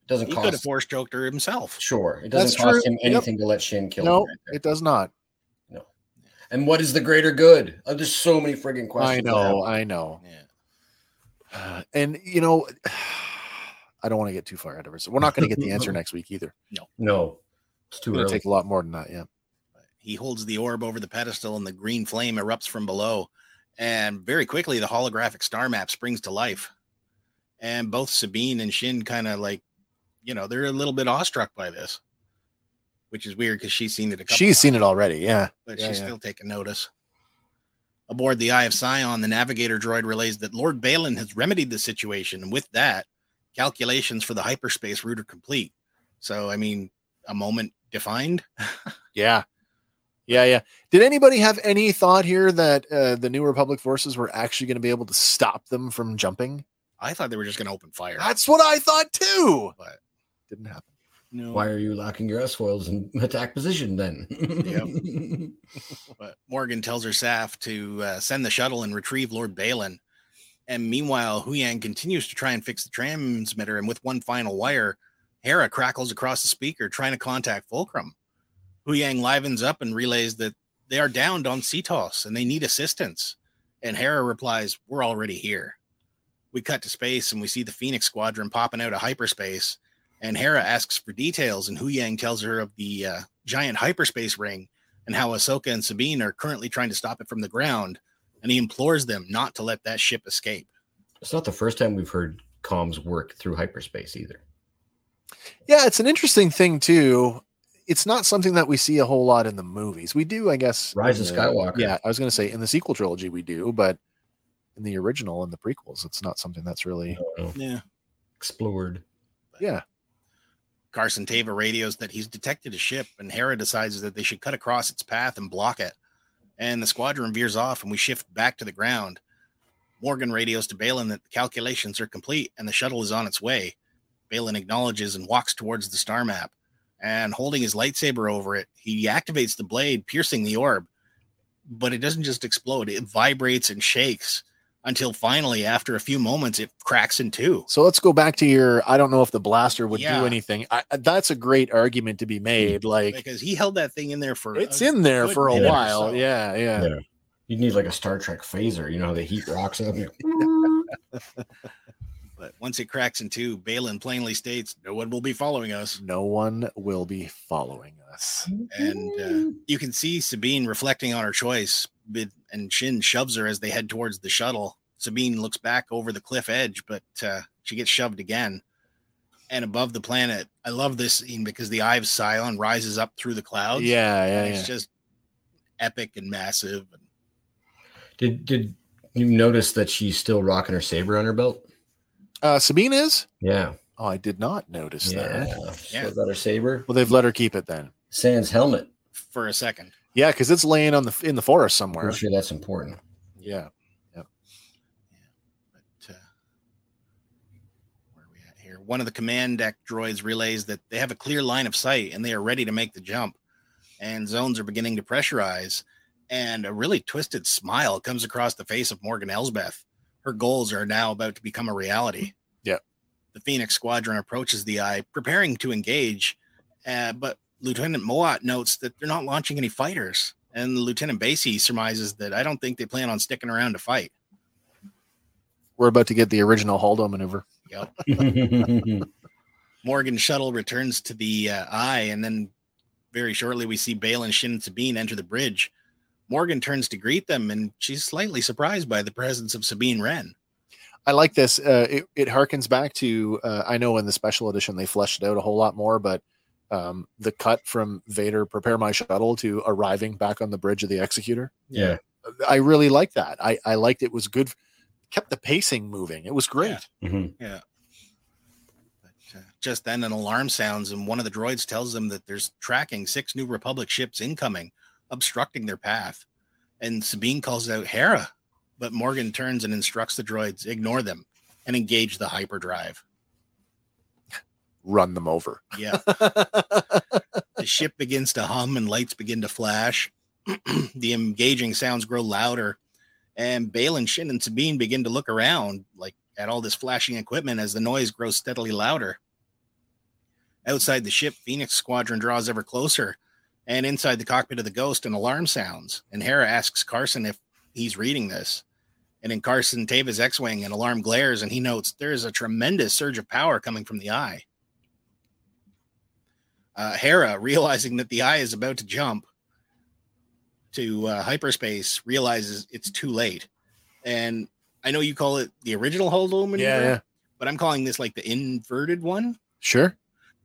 E: doesn't
B: He could have
E: cost
B: force choked her himself.
E: sure it
A: That's
E: doesn't cost
A: true.
E: him
A: Yep.
E: anything to let Shin kill
A: No,
E: him. right there.
A: it does not.
E: and what is the greater good? Oh, there's so many friggin'
A: I
E: questions.
A: know. I know.
B: Yeah.
A: Uh, And you know, I don't want to get too far out of her. So we're not going to get the answer next week either.
E: No, it's too
A: It's going
E: early.
A: to take a lot more than that. Yeah.
B: He holds the orb over the pedestal and the green flame erupts from below. And very quickly, the holographic star map springs to life. And both Sabine and Shin kind of like you know, they're a little bit awestruck by this, which is weird because she's seen it a couple
A: She's seen
B: times,
A: it already. Yeah.
B: but
A: yeah,
B: she's
A: yeah.
B: still taking notice. Aboard the Eye of Scion, the navigator droid relays that Lord Balin has remedied the situation, and with that, calculations for the hyperspace route are complete. So, I mean, a moment defined.
A: Yeah. Yeah, yeah. Did anybody have any thought here that uh, the New Republic forces were actually going to be able to stop them from jumping?
B: I thought they were just going to open fire.
A: That's what I thought too.
B: But-
A: didn't happen.
B: No.
E: Why are you locking your S foils in attack position then?
B: But Morgan tells her staff to uh, send the shuttle and retrieve Lord Balin. And meanwhile, Huyang continues to try and fix the transmitter. And with one final wire, Hera crackles across the speaker, trying to contact Fulcrum. Huyang livens up and relays that they are downed on CTOS and they need assistance. And Hera replies, We're already here. We cut to space and we see the Phoenix Squadron popping out of hyperspace. And Hera asks for details, and Huyang tells her of the uh, giant hyperspace ring and how Ahsoka and Sabine are currently trying to stop it from the ground, and he implores them not to let that ship escape.
E: it's not the first time we've heard comms work through hyperspace either.
A: Yeah, it's an interesting thing too. It's not something that we see a whole lot in the movies. We do, I guess.
E: Rise
A: in
E: of
A: the-
E: Skywalker.
A: Yeah, I was going to say in the sequel trilogy we do, but in the original and the prequels, it's not something that's really.
E: Uh,
B: Yeah.
E: Explored.
A: Yeah,
B: Carson Tava radios that he's detected a ship, and Hera decides that they should cut across its path and block it. And the squadron veers off, and we shift back to the ground. Morgan radios to Balin that the calculations are complete and the shuttle is on its way. Balin acknowledges and walks towards the star map. And holding his lightsaber over it, he activates the blade, piercing the orb. But it doesn't just explode, it vibrates and shakes until finally, after a few moments, it cracks in two.
A: So let's go back to your. I don't know if the blaster would
B: Yeah.
A: do anything. I, that's a great argument to be made. Like
B: Because he held that thing in there for
A: it's
B: a-
A: in there for a
B: minute or
A: while.
B: so.
A: Yeah, yeah,
E: You'd need like a Star Trek phaser. You know how the heat rocks up.
B: But once it cracks in two, Balin plainly states, No one will be following us.
A: No one will be following us.
B: And uh, you can see Sabine reflecting on her choice, but- and Shin shoves her as they head towards the shuttle. Sabine looks back over the cliff edge, but uh, she gets shoved again. And above the planet, I love this scene because the Eye of Cylon rises up through the
A: Yeah,
B: clouds.
A: yeah,
B: It's
A: yeah.
B: just epic and massive.
E: Did did you notice that she's still rocking her saber on her belt?
A: Uh, Sabine is.
E: Yeah.
A: Oh, I did not notice
E: Yeah.
A: that.
B: Yeah.
E: Still got her saber.
A: Well, they've let her keep it then.
E: Sans helmet.
B: For a second,
A: Yeah, because it's laying on the in the forest
E: I'm
A: somewhere.
E: sure that's important.
A: Yeah.
B: But uh, where are we at here? One of the command deck droids relays that they have a clear line of sight and they are ready to make the jump. And zones are beginning to pressurize. And a really twisted smile comes across the face of Morgan Elsbeth. Her goals are now about to become a reality.
A: Yeah.
B: The Phoenix Squadron approaches the eye, preparing to engage. Uh, but Lieutenant Moat notes that they're not launching any fighters. And Lieutenant Basie surmises that I don't think they plan on sticking around to fight.
A: We're about to get the original Haldo maneuver.
B: Yep.
E: yeah.
B: Morgan shuttle returns to the uh, eye, and then very shortly we see Bale and Shin and Sabine enter the bridge. Morgan turns to greet them, and she's slightly surprised by the presence of Sabine Wren.
A: I like this. Uh, it, it harkens back to uh, I know in the special edition they fleshed it out a whole lot more, but um, the cut from Vader prepare my shuttle to arriving back on the bridge of the Executor. I really liked that. I, I liked it was good, kept the pacing moving. It was great.
B: Yeah.
E: Mhm.
B: But, uh, just then, an alarm sounds, and one of the droids tells them that there's tracking six new Republic ships incoming, obstructing their path. And Sabine calls out Hera, but Morgan turns and instructs the droids ignore them and engage the hyperdrive.
A: Run them over.
B: Yeah. the ship begins to hum and lights begin to flash. the engaging sounds grow louder, and Bale and Shin and Sabine begin to look around, like at all this flashing equipment as the noise grows steadily louder. Outside the ship, Phoenix Squadron draws ever closer, and inside the cockpit of the Ghost, an alarm sounds. And Hera asks Carson if he's reading this. And in Carson Tava's X-wing, an alarm glares, and he notes there is a tremendous surge of power coming from the eye uh, Hera, realizing that the eye is about to jump to uh, hyperspace, realizes it's too late. And I know you call it the original Holdo maneuver,
A: yeah.
B: but I'm calling this like the inverted one
A: Sure.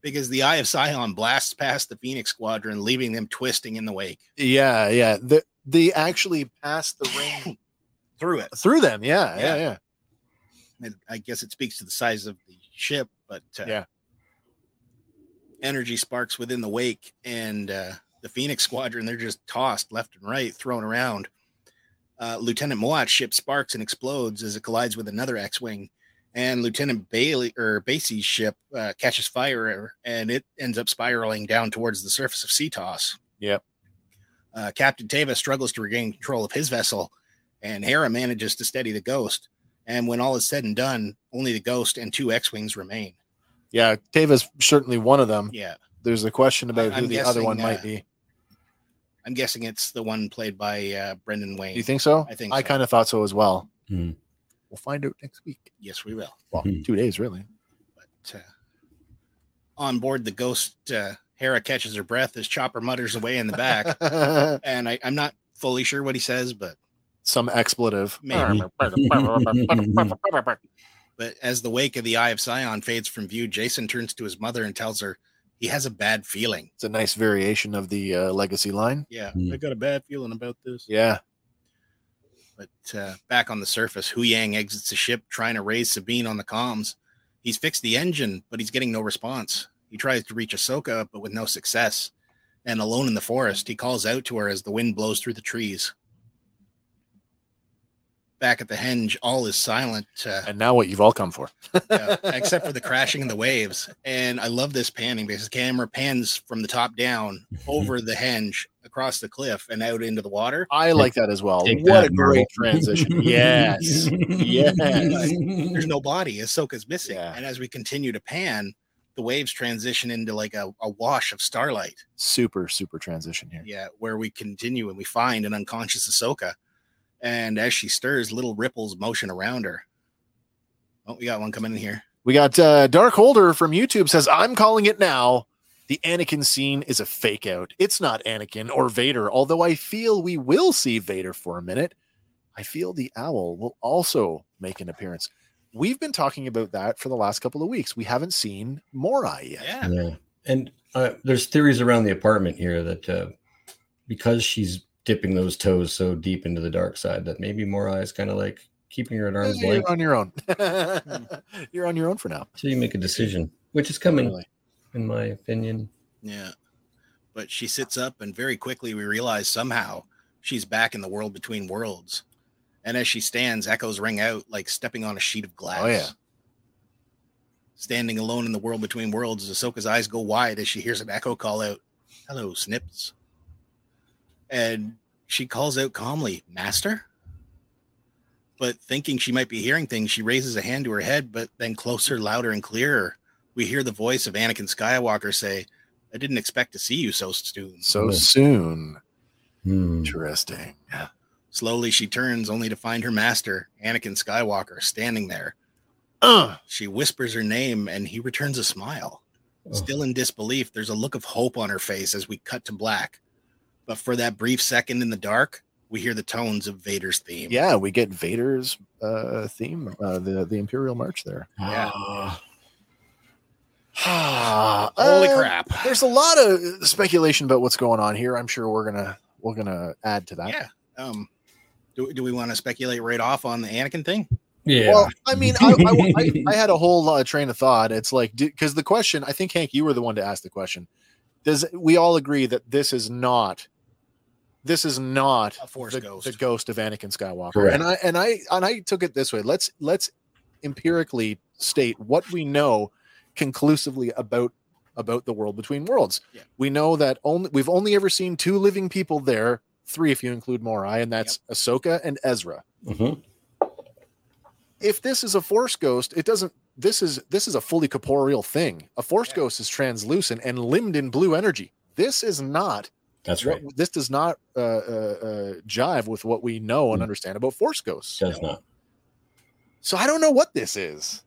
B: because the Eye of Scion blasts past the Phoenix Squadron, leaving them twisting in the wake.
A: Yeah, yeah. The, they actually passed the ring
B: Through it,
A: through them. Yeah, yeah,
B: Yeah.
A: yeah.
B: And I guess it speaks to the size of the ship, but uh,
A: Yeah.
B: energy sparks within the wake, and uh, the Phoenix Squadron they're just tossed left and right, thrown around. Uh, Lieutenant Moat's ship sparks and explodes as it collides with another X-wing, and Lieutenant Bailey or Basie's ship uh, catches fire and it ends up spiraling down towards the surface of CTOS.
A: Yep.
B: Uh, Captain Tava struggles to regain control of his vessel, and Hera manages to steady the Ghost. And when all is said and done, only the Ghost and two X-wings remain.
A: Yeah, Tava's certainly one of them.
B: Yeah,
A: There's a question about
B: I-
A: who
B: I'm
A: the other
B: guessing,
A: one
B: uh,
A: might be.
B: I'm guessing it's the one played by uh, Brendan Wayne.
A: Do you think so?
B: I think
A: I
B: so.
A: kind of thought so as well.
E: Hmm.
A: We'll find out next week.
B: yes, we will.
A: Well,
E: Hmm.
A: two days really.
B: But uh, on board the Ghost, uh, Hera catches her breath as Chopper mutters away in the back, and I, I'm not fully sure what he says, but
A: Some expletive.
B: maybe.
E: Mhm.
B: But as the wake of the Eye of Scion fades from view, Jason turns to his mother and tells her he has a bad feeling.
A: It's a nice variation of the uh, legacy line.
B: Yeah,
E: Hmm.
B: I got a bad feeling about this.
A: Yeah.
B: But uh, back on the surface, Hu Yang exits the ship trying to raise Sabine on the comms. He's fixed the engine, but he's getting no response. He tries to reach Ahsoka, but with no success. And alone in the forest, he calls out to her as the wind blows through the trees. Back at the henge, all is silent, uh,
A: And now what you've all come for.
B: yeah, except for the crashing of the waves. And I love this panning because the camera pans from the top down over the henge, across the cliff, and out into the water.
A: I like that as well.
E: Mm-hmm. Take
A: what
E: that,
A: a great
E: Marvel.
A: transition. yes.
B: there's no body. Ahsoka's missing.
A: Yeah.
B: And as we continue to pan, the waves transition into like a, a wash of starlight.
A: Super, super transition here.
B: Yeah, where we continue and we find an unconscious Ahsoka. And as she stirs, little ripples motion around her. Oh, we got one coming in here.
A: We got uh, Dark Holder from YouTube says, I'm calling it now. The Anakin scene is a fake out. It's not Anakin or Vader, although I feel we will see Vader for a minute. I feel the owl will also make an appearance. We've been talking about that for the last couple of weeks. We haven't seen Morai yet.
B: Yeah.
E: Yeah. And uh, there's theories around the apartment here that uh, because she's dipping those toes so deep into the dark side, that maybe Morai is kind of like keeping her at arm's
A: You're
E: length
A: on your own. You're on your own for now.
E: until you make a decision, which is coming,
A: Really.
E: in my opinion.
B: Yeah. But she sits up, and very quickly we realize somehow she's back in the world between worlds. And as she stands, echoes ring out like stepping on a sheet of glass.
A: Oh, yeah.
B: Standing alone in the world between worlds, Ahsoka's eyes go wide as she hears an echo call out, Hello, Snips. And she calls out calmly, Master? But thinking she might be hearing things, she raises a hand to her head, but then closer, louder, and clearer, we hear the voice of Anakin Skywalker say, I didn't expect to see you so soon.
A: So
E: Yeah.
A: soon.
E: Hmm.
A: Interesting.
B: Slowly she turns, only to find her master, Anakin Skywalker, standing there.
A: Uh,
B: She whispers her name, and he returns a smile.
E: Oh.
B: Still in disbelief, there's a look of hope on her face as we cut to black. But for that brief second in the dark, we hear the tones of Vader's theme.
A: yeah, we get Vader's uh, theme, uh, the, the Imperial March there.
B: Yeah.
E: Ah.
B: Holy
A: Uh,
B: crap.
A: There's a lot of speculation about what's going on here. I'm sure we're gonna we're gonna add to that.
B: Yeah. Um, do, do we want to speculate right off on the Anakin thing?
E: yeah.
A: Well, I mean, I, I, I, I had a whole lot of train of thought. It's like because the question, I think Hank, you were the one to ask the question. Does we all agree that this is not this is not
B: A Force
A: the,
B: ghost.
A: the ghost of Anakin Skywalker?
E: Correct.
A: And I and I and I took it this way. Let's let's empirically state what we know conclusively about about the world between worlds.
B: Yeah.
A: We know that only we've only ever seen two living people there, three if you include Morai, and that's Ahsoka and Ezra.
E: Mhm.
A: If this is a force ghost, it doesn't this is this is a fully corporeal thing. A force
B: Yeah.
A: ghost is translucent and limbed in blue energy. This is not
E: That's right.
A: what, this does not uh, uh, uh, jive with what we know and
E: Mm.
A: understand about force ghosts.
E: Does not.
A: So I don't know what this is.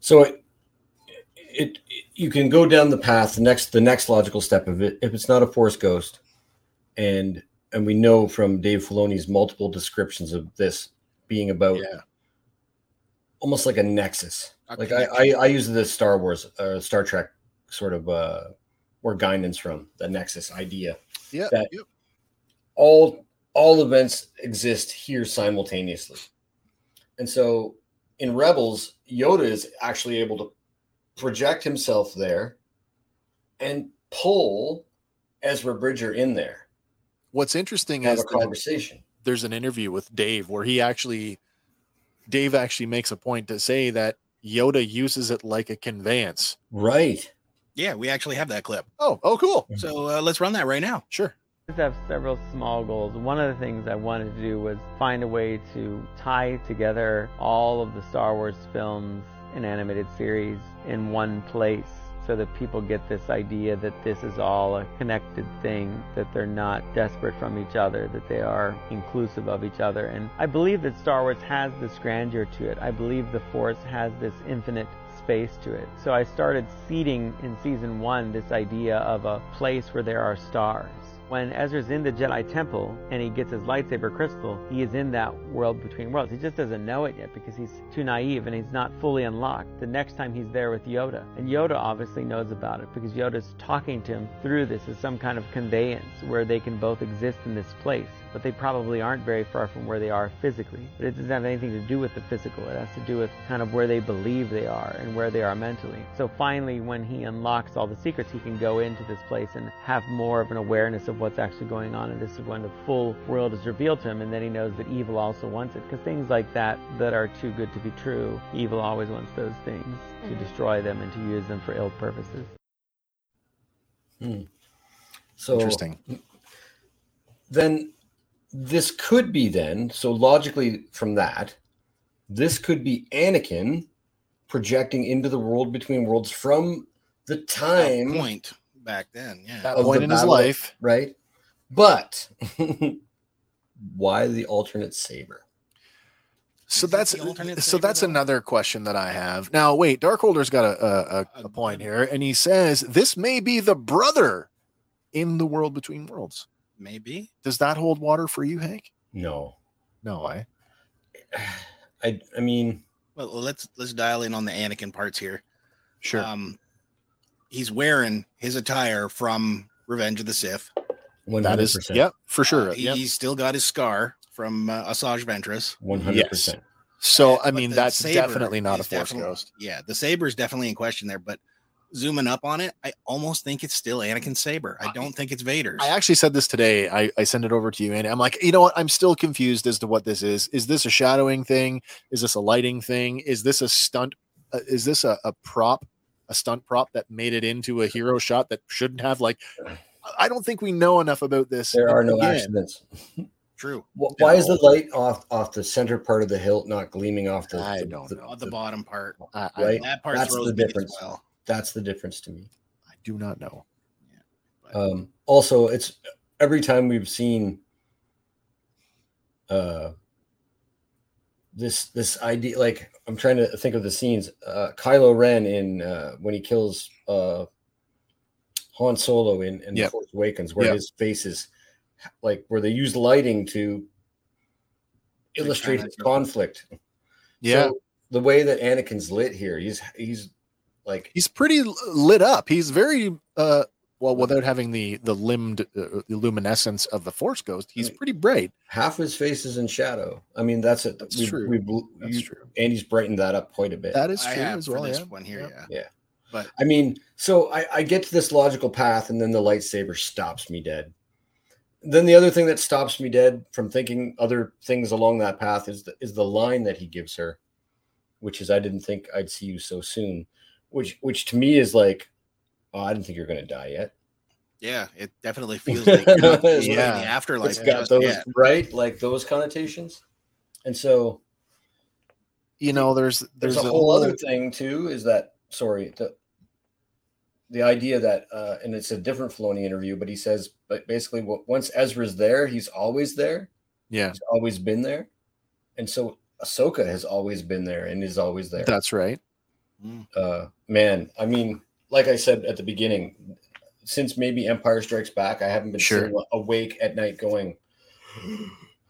E: So it, it, it- you can go down the path. The next the next logical step of it, if it's not a force ghost, and and we know from Dave Filoni's multiple descriptions of this being about
A: Yeah.
E: almost like a nexus.
B: A
E: like I, I I use the Star Wars uh, Star Trek sort of uh or guidance from the Nexus idea.
A: Yeah.
E: That-
A: yep.
E: All all events exist here simultaneously. And so in Rebels, Yoda is actually able to project himself there and pull Ezra Bridger in there
A: What's interesting
E: and have
A: is
E: a
A: that
E: conversation.
A: there's an interview with Dave where he actually Dave actually makes a point to say that Yoda uses it like a conveyance.
E: Right.
B: Yeah, we actually have that clip.
A: Oh, oh cool.
B: So uh, let's run that right now.
A: Sure.
G: I have several small goals. One of the things I wanted to do was find a way to tie together all of the Star Wars films and animated series in one place so that people get this idea that this is all a connected thing, that they're not desperate from each other, that they are inclusive of each other. And I believe that Star Wars has this grandeur to it. I believe the Force has this infinite space to it. So I started seeding in season one this idea of a place where there are stars. When Ezra's in the Jedi Temple and he gets his lightsaber crystal, he is in that world between worlds. He just doesn't know it yet because he's too naive and he's not fully unlocked. The next time he's there with Yoda, and Yoda obviously knows about it because Yoda's talking to him through this as some kind of conveyance where they can both exist in this place, but they probably aren't very far from where they are physically. But it doesn't have anything to do with the physical. It has to do with kind of where they believe they are and where they are mentally. So finally, when he unlocks all the secrets, he can go into this place and have more of an awareness of what's actually going on. And this is when the full world is revealed to him, and then he knows that evil also wants it. Because things like that that are too good to be true, evil always wants those things to destroy them and to use them for ill purposes.
E: So
A: Interesting.
E: then this could be then so logically from that this could be anakin projecting into the world between worlds from the
B: That
E: time
B: Point back then. Yeah.
A: That
E: Of the
A: point in his
E: battle-
A: life.
E: right but why the alternate saber
A: So
B: Is that
A: that's
B: the alternate
A: so
B: saber,
A: that's
B: though?
A: another question that I have. Now wait, Darkholder's got a a, a, a point here, and he says this may be the brother in the world between worlds.
B: Maybe.
A: Does that hold water for you, Hank?
E: no
A: No, I
E: i i mean
B: Well, let's let's dial in on the Anakin parts here.
A: sure.
B: Um, he's wearing his attire from Revenge of the Sith.
E: 100%
A: that is yeah, for sure.
B: Uh, he-
A: yeah.
B: He's still got his scar from uh, Asajj Ventress.
E: 100%
A: So
B: Uh,
A: I
B: but
A: mean
B: the
A: that's
B: saber
A: definitely not a
B: is
A: force
B: definitely-
A: ghost.
B: Yeah, the saber's definitely in question there, but zooming up on it, I almost think it's still Anakin's saber. I don't think it's Vader's.
A: I actually said this today. I, I sent it over to you, and I'm like, you know what? I'm still confused as to what this is. Is this a shadowing thing? Is this a lighting thing? Is this a stunt? Uh, is this a, a prop, a stunt prop that made it into a hero shot that shouldn't have? Like, I don't think we know enough about this.
E: there are no
A: Again,
E: accidents
B: True.
E: Wh- why is
A: No.
E: the light off off the center part of the hilt not gleaming off the
A: I
E: the-
A: don't
E: the-
A: know.
B: On the bottom part.
A: I, I,
E: Right?
B: That part's
E: That's the
B: really big as
E: difference.
B: well.
E: that's the difference to me
A: I do not know.
E: Um, also, it's every time we've seen uh, this this idea. Like I'm trying to think of the scenes. Uh, Kylo Ren in uh, when he kills uh, Han Solo in, in
A: Yep.
E: Force Awakens, where
A: Yep.
E: his face is like where they use lighting to
B: try
E: illustrate
B: not
E: his
B: to-
E: conflict.
A: Yeah,
E: So the way that Anakin's lit here, he's he's like
A: he's pretty l- lit up. He's very uh well without having the the limbed uh, the luminescence of the force ghost. He's
E: Right.
A: pretty bright.
E: half his face is in shadow. I mean, that's it.
A: That's
E: we've,
A: true.
E: We've, you-
A: true.
E: Andy's brightened that up quite a bit.
A: That is true
B: I have
A: as well.
B: for this
A: yeah.
B: one here.
A: Yep.
B: Yeah.
E: I mean, so I, I get to this logical path, and then the lightsaber stops me dead. Then the other thing that stops me dead from thinking other things along that path is the, is the line that he gives her, which is "I didn't think I'd see you so soon," which which to me is like, "Oh, I didn't think you're going to die yet."
B: Yeah, it definitely feels like you're not really in the
A: Yeah.
B: afterlife.
E: it's got
B: just
E: those
B: yet.
E: right, like those connotations, and so
A: you know there's
E: there's,
A: there's,
E: a, whole other thing too is that sorry the the idea that uh and it's a different Filoni interview but he says but basically wo- once Ezra's there he's always there
A: yeah
E: he's always been there and so Ahsoka has always been there and is always there
A: that's right
B: Mm.
E: uh man I mean like I said at the beginning since maybe Empire Strikes Back I haven't been
A: Sure.
E: sitting awake at night going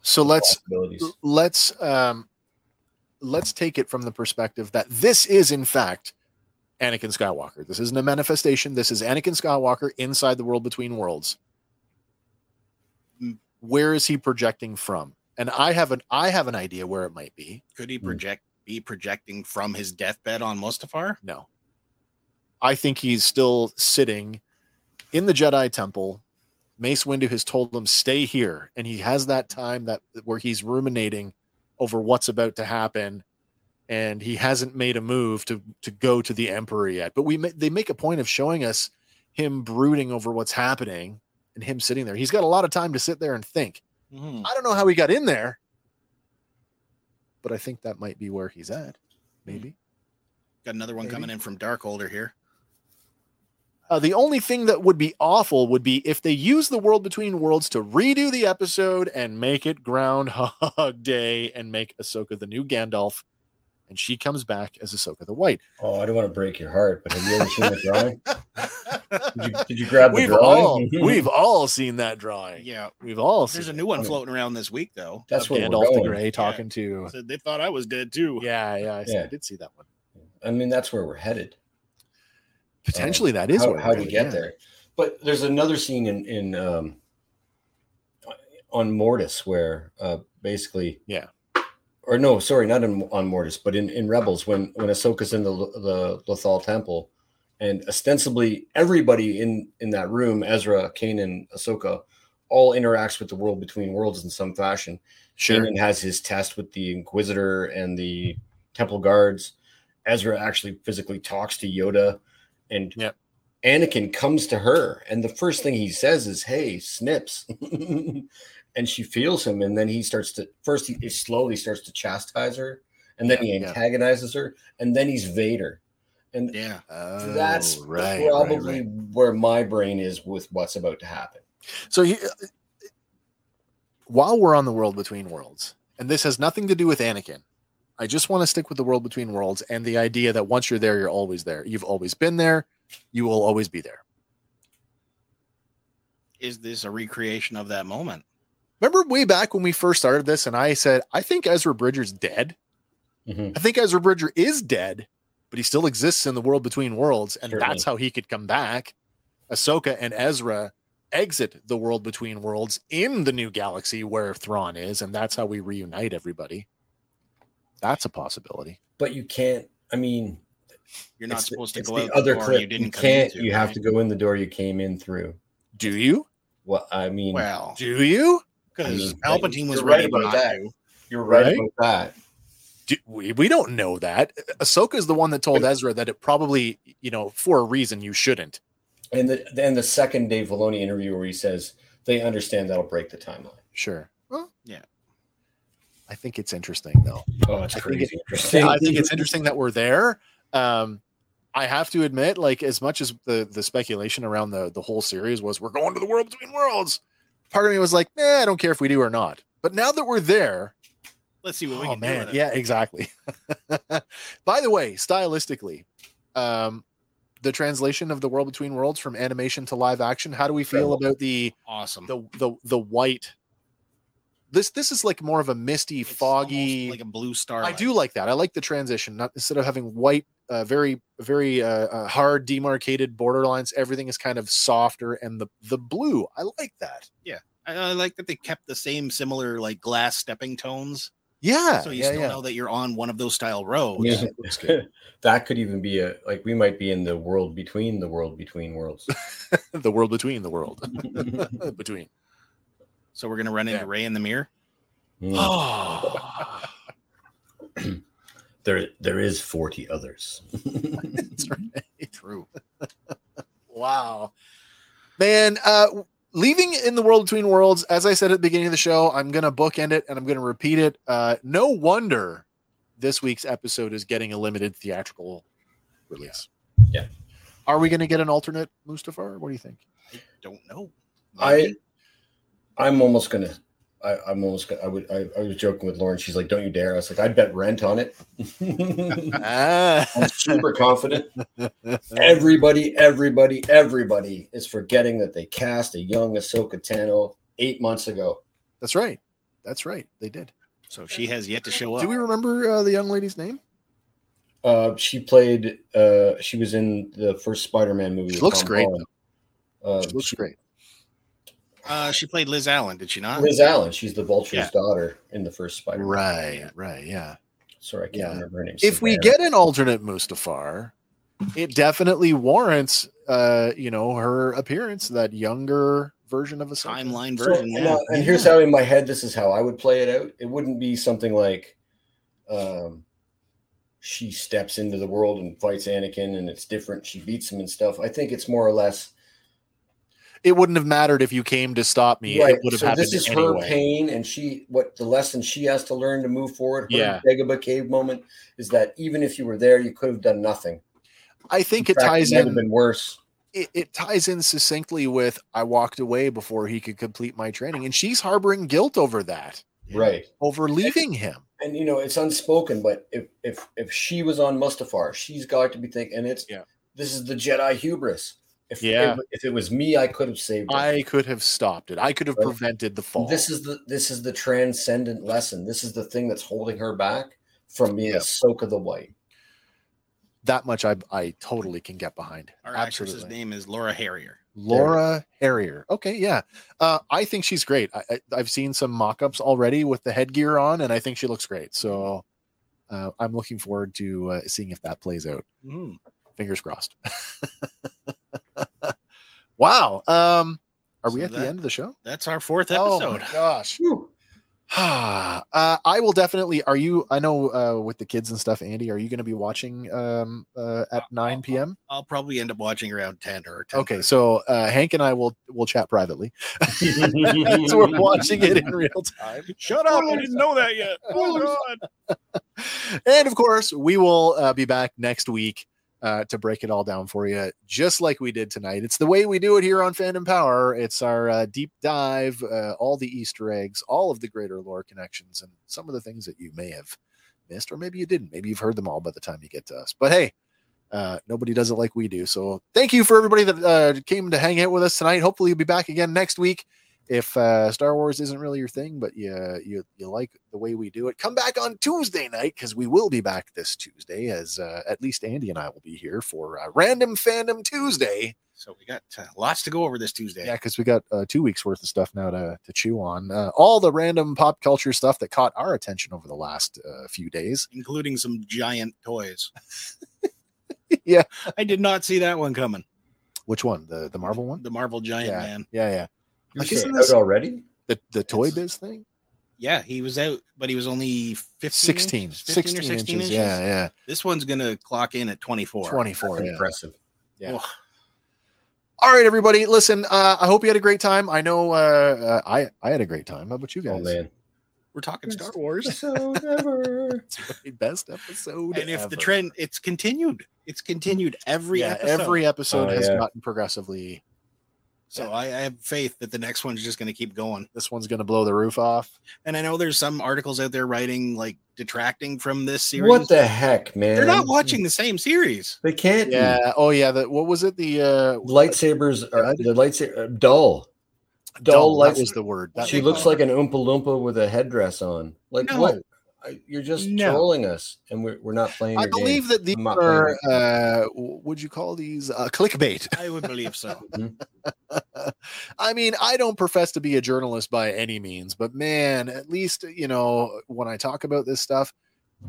A: so let's
E: possibilities
A: let's um let's take it from the perspective that this is in fact Anakin Skywalker. This isn't a manifestation. This is Anakin Skywalker inside the world between worlds. Where is he projecting from? And I have an I have an idea where it might be.
B: Could he project be projecting from his deathbed on Mustafar?
A: No. I think he's still sitting in the Jedi Temple. Mace Windu has told him, stay here. And he has that time that where he's ruminating over what's about to happen. And he hasn't made a move to to go to the Emperor yet. But we ma- they make a point of showing us him brooding over what's happening and him sitting there. He's got a lot of time to sit there and think.
B: Mhm.
A: I don't know how he got in there, but I think that might be where he's at. Maybe.
B: Got another one
A: Maybe.
B: coming in from Darkholder here.
A: Uh, the only thing that would be awful would be if they use the world between worlds to redo the episode and make it Groundhog Day and make Ahsoka the new Gandalf, and she comes back as Ahsoka the White.
E: Oh, I don't want to break your heart, but have you ever seen the drawing? Did you, did you grab the
A: We've all
E: drawing?
A: we've all seen that drawing.
B: Yeah,
A: We've all seen
B: there's a
A: it.
B: new one
E: Okay.
B: floating around this week though.
E: That's
A: Of
E: where we're
A: Gandalf the
E: going.
A: Grey talking to.
B: Said they thought I was dead too.
A: Yeah, yeah, I, s- I
E: Yeah.
A: did see that one.
E: I mean, that's where we're headed.
A: Potentially, that is
E: how,
A: where
E: how
A: we're
E: we
A: headed,
E: get
A: yeah.
E: there. But there's another scene in in um, on Mortis where uh, basically
A: Yeah.
E: or no sorry not in, on Mortis but in, in Rebels when when Ahsoka's in the L- the Lothal Temple and ostensibly everybody in in that room Ezra Kanan Ahsoka all interacts with the world between worlds in some fashion.
A: Sure.
E: Kanan has his test with the Inquisitor and the Temple Guards. Ezra actually physically talks to Yoda, and
A: Yep.
E: Anakin comes to her, and the first thing he says is, "Hey, Snips," and she feels him, and then he starts to first he, he slowly starts to chastise her, and then
A: Yeah,
E: he
A: yeah.
E: antagonizes her, and then he's Vader, and
B: Yeah.
E: that's
A: Oh, right, right,
E: probably
A: right.
E: where my brain is with what's about to happen.
A: So, he, uh, while we're on the world between worlds, and this has nothing to do with Anakin, I just want to stick with the world between worlds and the idea that once you're there, you're always there. You've always been there. You will always be there.
B: Is this a recreation of that moment?
A: Remember way back when we first started this, and I said, I think Ezra Bridger's dead.
E: Mhm.
A: I think Ezra Bridger is dead, but he still exists in the world between worlds, and
E: Certainly.
A: that's how he could come back. Ahsoka and Ezra exit the world between worlds in the new galaxy where Thrawn is, and that's how we reunite everybody. That's a possibility.
E: But you can't. I mean,
B: You're not
E: It's the-
B: supposed to
E: it's
B: go
E: the
B: out the
E: other
B: door
E: clip.
B: you didn't come
E: can't.
B: into,
E: you have
B: right?
E: to go in the door you came in through.
A: Do you?
E: Well, I mean,
B: Well,
A: Do you?
B: because
E: I mean,
B: Palpatine was
E: you're right
B: ready
E: about
B: not
E: that.
B: to.
E: you're right,
A: Right?
E: about that.
A: Do, we, we don't know that. Ahsoka is the one that told Ezra that it probably, you know, for a reason you shouldn't.
E: And the then the second Dave Filoni interview where he says they understand that'll break the timeline.
A: Sure. Well,
B: Yeah.
A: I think it's interesting though.
E: Oh, it's
A: I think
E: crazy.
A: Yeah, I think it's interesting that we're there. Um, I have to admit, like as much as the the speculation around the the whole series was, we're going to the world between worlds. Part of me was like, nah, I don't care if we do or not. But now that we're there,
B: Let's see what we
A: oh
B: can do
A: man,
B: with it.
A: yeah, exactly. By the way, stylistically, um, the translation of the world between worlds from animation to live action. How do we feel about the
B: Awesome.
A: the the the white? This this is like more of a misty,
B: It's
A: foggy,
B: almost like a blue star.
A: I do like that. I like the transition. Not instead of having white, uh, very very uh, uh, hard demarcated border lines, everything is kind of softer and the the blue. I like that.
B: I, I like that they kept the same similar like glass stepping tones,
A: Yeah,
B: so you
A: yeah,
B: still
A: yeah.
B: know that you're on one of those style roads.
E: Yeah. that could even be a like we might be in the world between the world between worlds.
A: the world between the world between.
B: So we're gonna run into
A: Yeah.
B: Ray in the mirror.
E: Mm.
A: Oh,
E: there, there is forty others.
A: that's right.
B: True.
A: Wow, man. Uh, leaving in the world between worlds. As I said at the beginning of the show, I'm gonna bookend it and I'm gonna repeat it. Uh, no wonder this week's episode is getting a limited theatrical release.
E: Yeah.
A: Are we going to get an alternate Mustafar? What do you think?
B: Don't know.
E: I, I'm almost gonna. I, I'm almost. Gonna, I would. I, I was joking with Lauren. She's like, "Don't you dare!" I was like, "I'd bet rent on it."
A: Ah,
E: I'm super confident. Everybody, everybody, everybody is forgetting that they cast a young Ahsoka Tano eight months ago.
A: that's right. That's right. They did.
B: so she has yet to show up.
A: Do we remember uh, the young lady's name?
E: Uh, she played. Uh, she was in the first Spider-Man movie.
A: She
E: with
A: looks
E: Tom
A: great,
E: Holland. Uh,
A: She looks great.
B: Uh, she played Liz Allen, did she not?
E: Liz Allen. She's the Vulture's
B: Yeah.
E: daughter in the first Spider-Man.
A: Right, right, yeah.
E: Sorry, I can't
A: Yeah.
E: remember her name.
A: If we
E: Savannah.
A: get an alternate Mustafar, it definitely warrants, uh, you know, her appearance, that younger version of a
B: Timeline
E: So,
B: version.
E: and,
B: yeah.
E: uh, and here's how in my head this is how I would play it out. It wouldn't be something like um she steps into the world and fights Anakin and it's different. She beats him and stuff. I think it's more or less
A: It wouldn't have mattered if you came to stop me.
E: right.
A: It would have
E: so
A: happened
E: this is
A: anyway.
E: her pain and she what the lesson she has to learn to move forward. Her
A: Yeah.
E: Dagobah cave moment is that even if you were there, you could have done nothing.
A: I think it
E: fact,
A: ties
E: might have
A: in.
E: been worse.
A: it, it ties in succinctly with I walked away before he could complete my training, and she's harboring guilt over that,
E: Right.
A: over leaving him.
E: and you know it's unspoken but if if if she was on mustafar she's got to be thinking and it's
A: Yeah.
E: this is the jedi hubris if
A: Yeah.
E: if, if it was me i could have saved her.
A: I could have stopped it. I could have
E: Right.
A: prevented the fall.
E: this is the this is the transcendent lesson this is the thing that's holding her back from being
A: Yeah.
E: a soak of the white
A: that much I I totally can get behind.
B: Our actress's
A: Absolutely.
B: name is Laura Harrier.
A: Laura Harrier. Okay, yeah. Uh, I think she's great. I, I, I've seen some mock-ups already with the headgear on, and I think she looks great. So uh, I'm looking forward to uh, seeing if that plays out.
B: Mm.
A: Fingers crossed. wow. Um, are we
B: So
A: at the
B: that-
A: end of the show?
B: That's our fourth
A: Oh
B: episode.
A: my gosh.
E: Whew.
A: uh, I will definitely. Are you? I know uh, with the kids and stuff. Andy, are you going to be watching um, uh, at nine p.m.?
B: I'll probably end up watching around 10 or 10.
A: Okay, so uh, Hank and I will will chat privately. so we're watching it in real time.
B: Shut up. I didn't know that yet. Oh, God.
A: And of course, we will uh, be back next week uh, to break it all down for you, just like we did tonight. It's the way we do it here on Fandom Power. It's our uh, deep dive, uh, all the Easter eggs, all of the greater lore connections, and some of the things that you may have missed, or maybe you didn't. Maybe you've heard them all by the time you get to us. But hey, uh, nobody does it like we do. So thank you for everybody that uh, came to hang out with us tonight. Hopefully, you'll be back again next week. If uh, Star Wars isn't really your thing, but you, you you like the way we do it, come back on Tuesday night because we will be back this Tuesday. As uh, at least Andy and I will be here for uh, Random Fandom Tuesday.
B: So we got uh, lots to go over this Tuesday.
A: Yeah, because we got uh, two weeks worth of stuff now to to chew on. Uh, all the random pop culture stuff that caught our attention over the last uh, few days.
B: Including some giant toys.
A: Yeah.
B: I did not see that one coming.
A: Which one? The the Marvel one?
B: The Marvel Giant
A: Yeah.
B: Man.
A: Yeah, yeah.
E: You're
A: Like, isn't
E: out
A: this-
E: already
A: The the toy
B: It's-
A: biz thing.
B: Yeah, he was out, but he was only 15
A: 16
B: inches,
A: 16,
B: 15 or
A: inches,
B: 16 inches.
A: yeah yeah
B: This one's going to clock in at 24.
A: 24 yeah.
E: impressive
A: Yeah.
B: Ugh.
A: all right everybody listen uh i hope you had a great time i know uh, uh i i had a great time how about you guys
E: oh man
B: We're talking Star Wars.
E: so never
A: It's my best episode
B: And if
A: ever.
B: the trend, it's continued. It's continued every
A: yeah
B: episode.
A: every episode
E: Oh,
A: has
E: yeah.
A: gotten progressively
B: So I, I have faith that the next one's just going to keep going.
A: this one's gonna blow the roof off
B: And I know there's some articles out there writing like detracting from this series.
E: what the heck man
B: They're not watching the same series.
E: they can't be.
A: yeah oh yeah the, what was it the uh
E: lightsabers are the lightsaber are dull
A: dull
E: dull
A: that
E: lights
A: was the word that
E: she
A: was-
E: looks like an Oompa Loompa with a headdress on. Like
B: No.
E: what? I, you're just
B: No.
E: trolling us, and we're, we're not playing.
A: i
E: your game.
A: believe that these
E: I'm not playing
A: are
E: it.
A: uh would you call these uh clickbait
B: I would believe so.
A: I mean, I don't profess to be a journalist by any means, but man, at least you know when I talk about this stuff,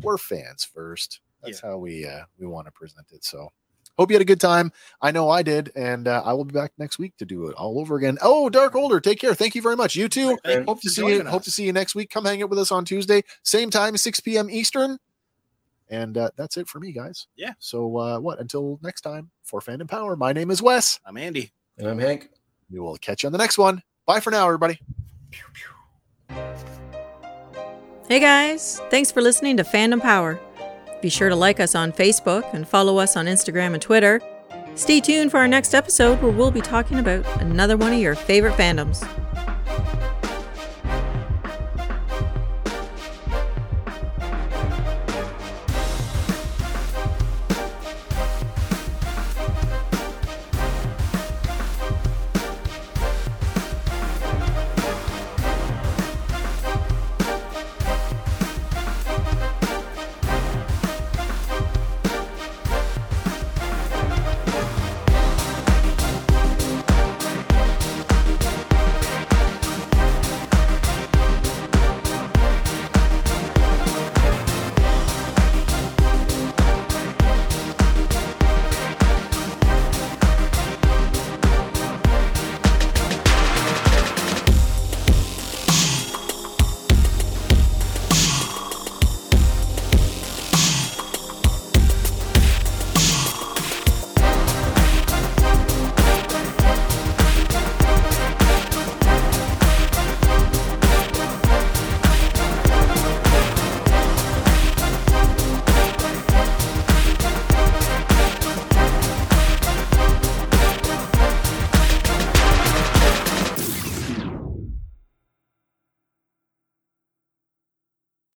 A: we're fans first. That's how we uh, we want to present it. So, hope you had a good time. I know I did, and uh, I will be back next week to do it all over again. Oh, Dark Older, take care. Thank you very much. You too.
B: Thank you
A: Hope
B: for
A: to see you.
B: joining
A: Hope
B: us.
A: to see you next week. Come hang out with us on Tuesday, same time, six p.m. Eastern. And uh, that's it for me, guys.
B: Yeah.
A: So uh, what? Until next time, for Fandom Power, my name is Wes.
B: I'm Andy.
E: And I'm Hank.
A: We will catch you on the next one. Bye for now, everybody.
F: Hey guys, thanks for listening to Fandom Power. Be sure to like us on Facebook and follow us on Instagram and Twitter. Stay tuned for our next episode where we'll be talking about another one of your favorite fandoms.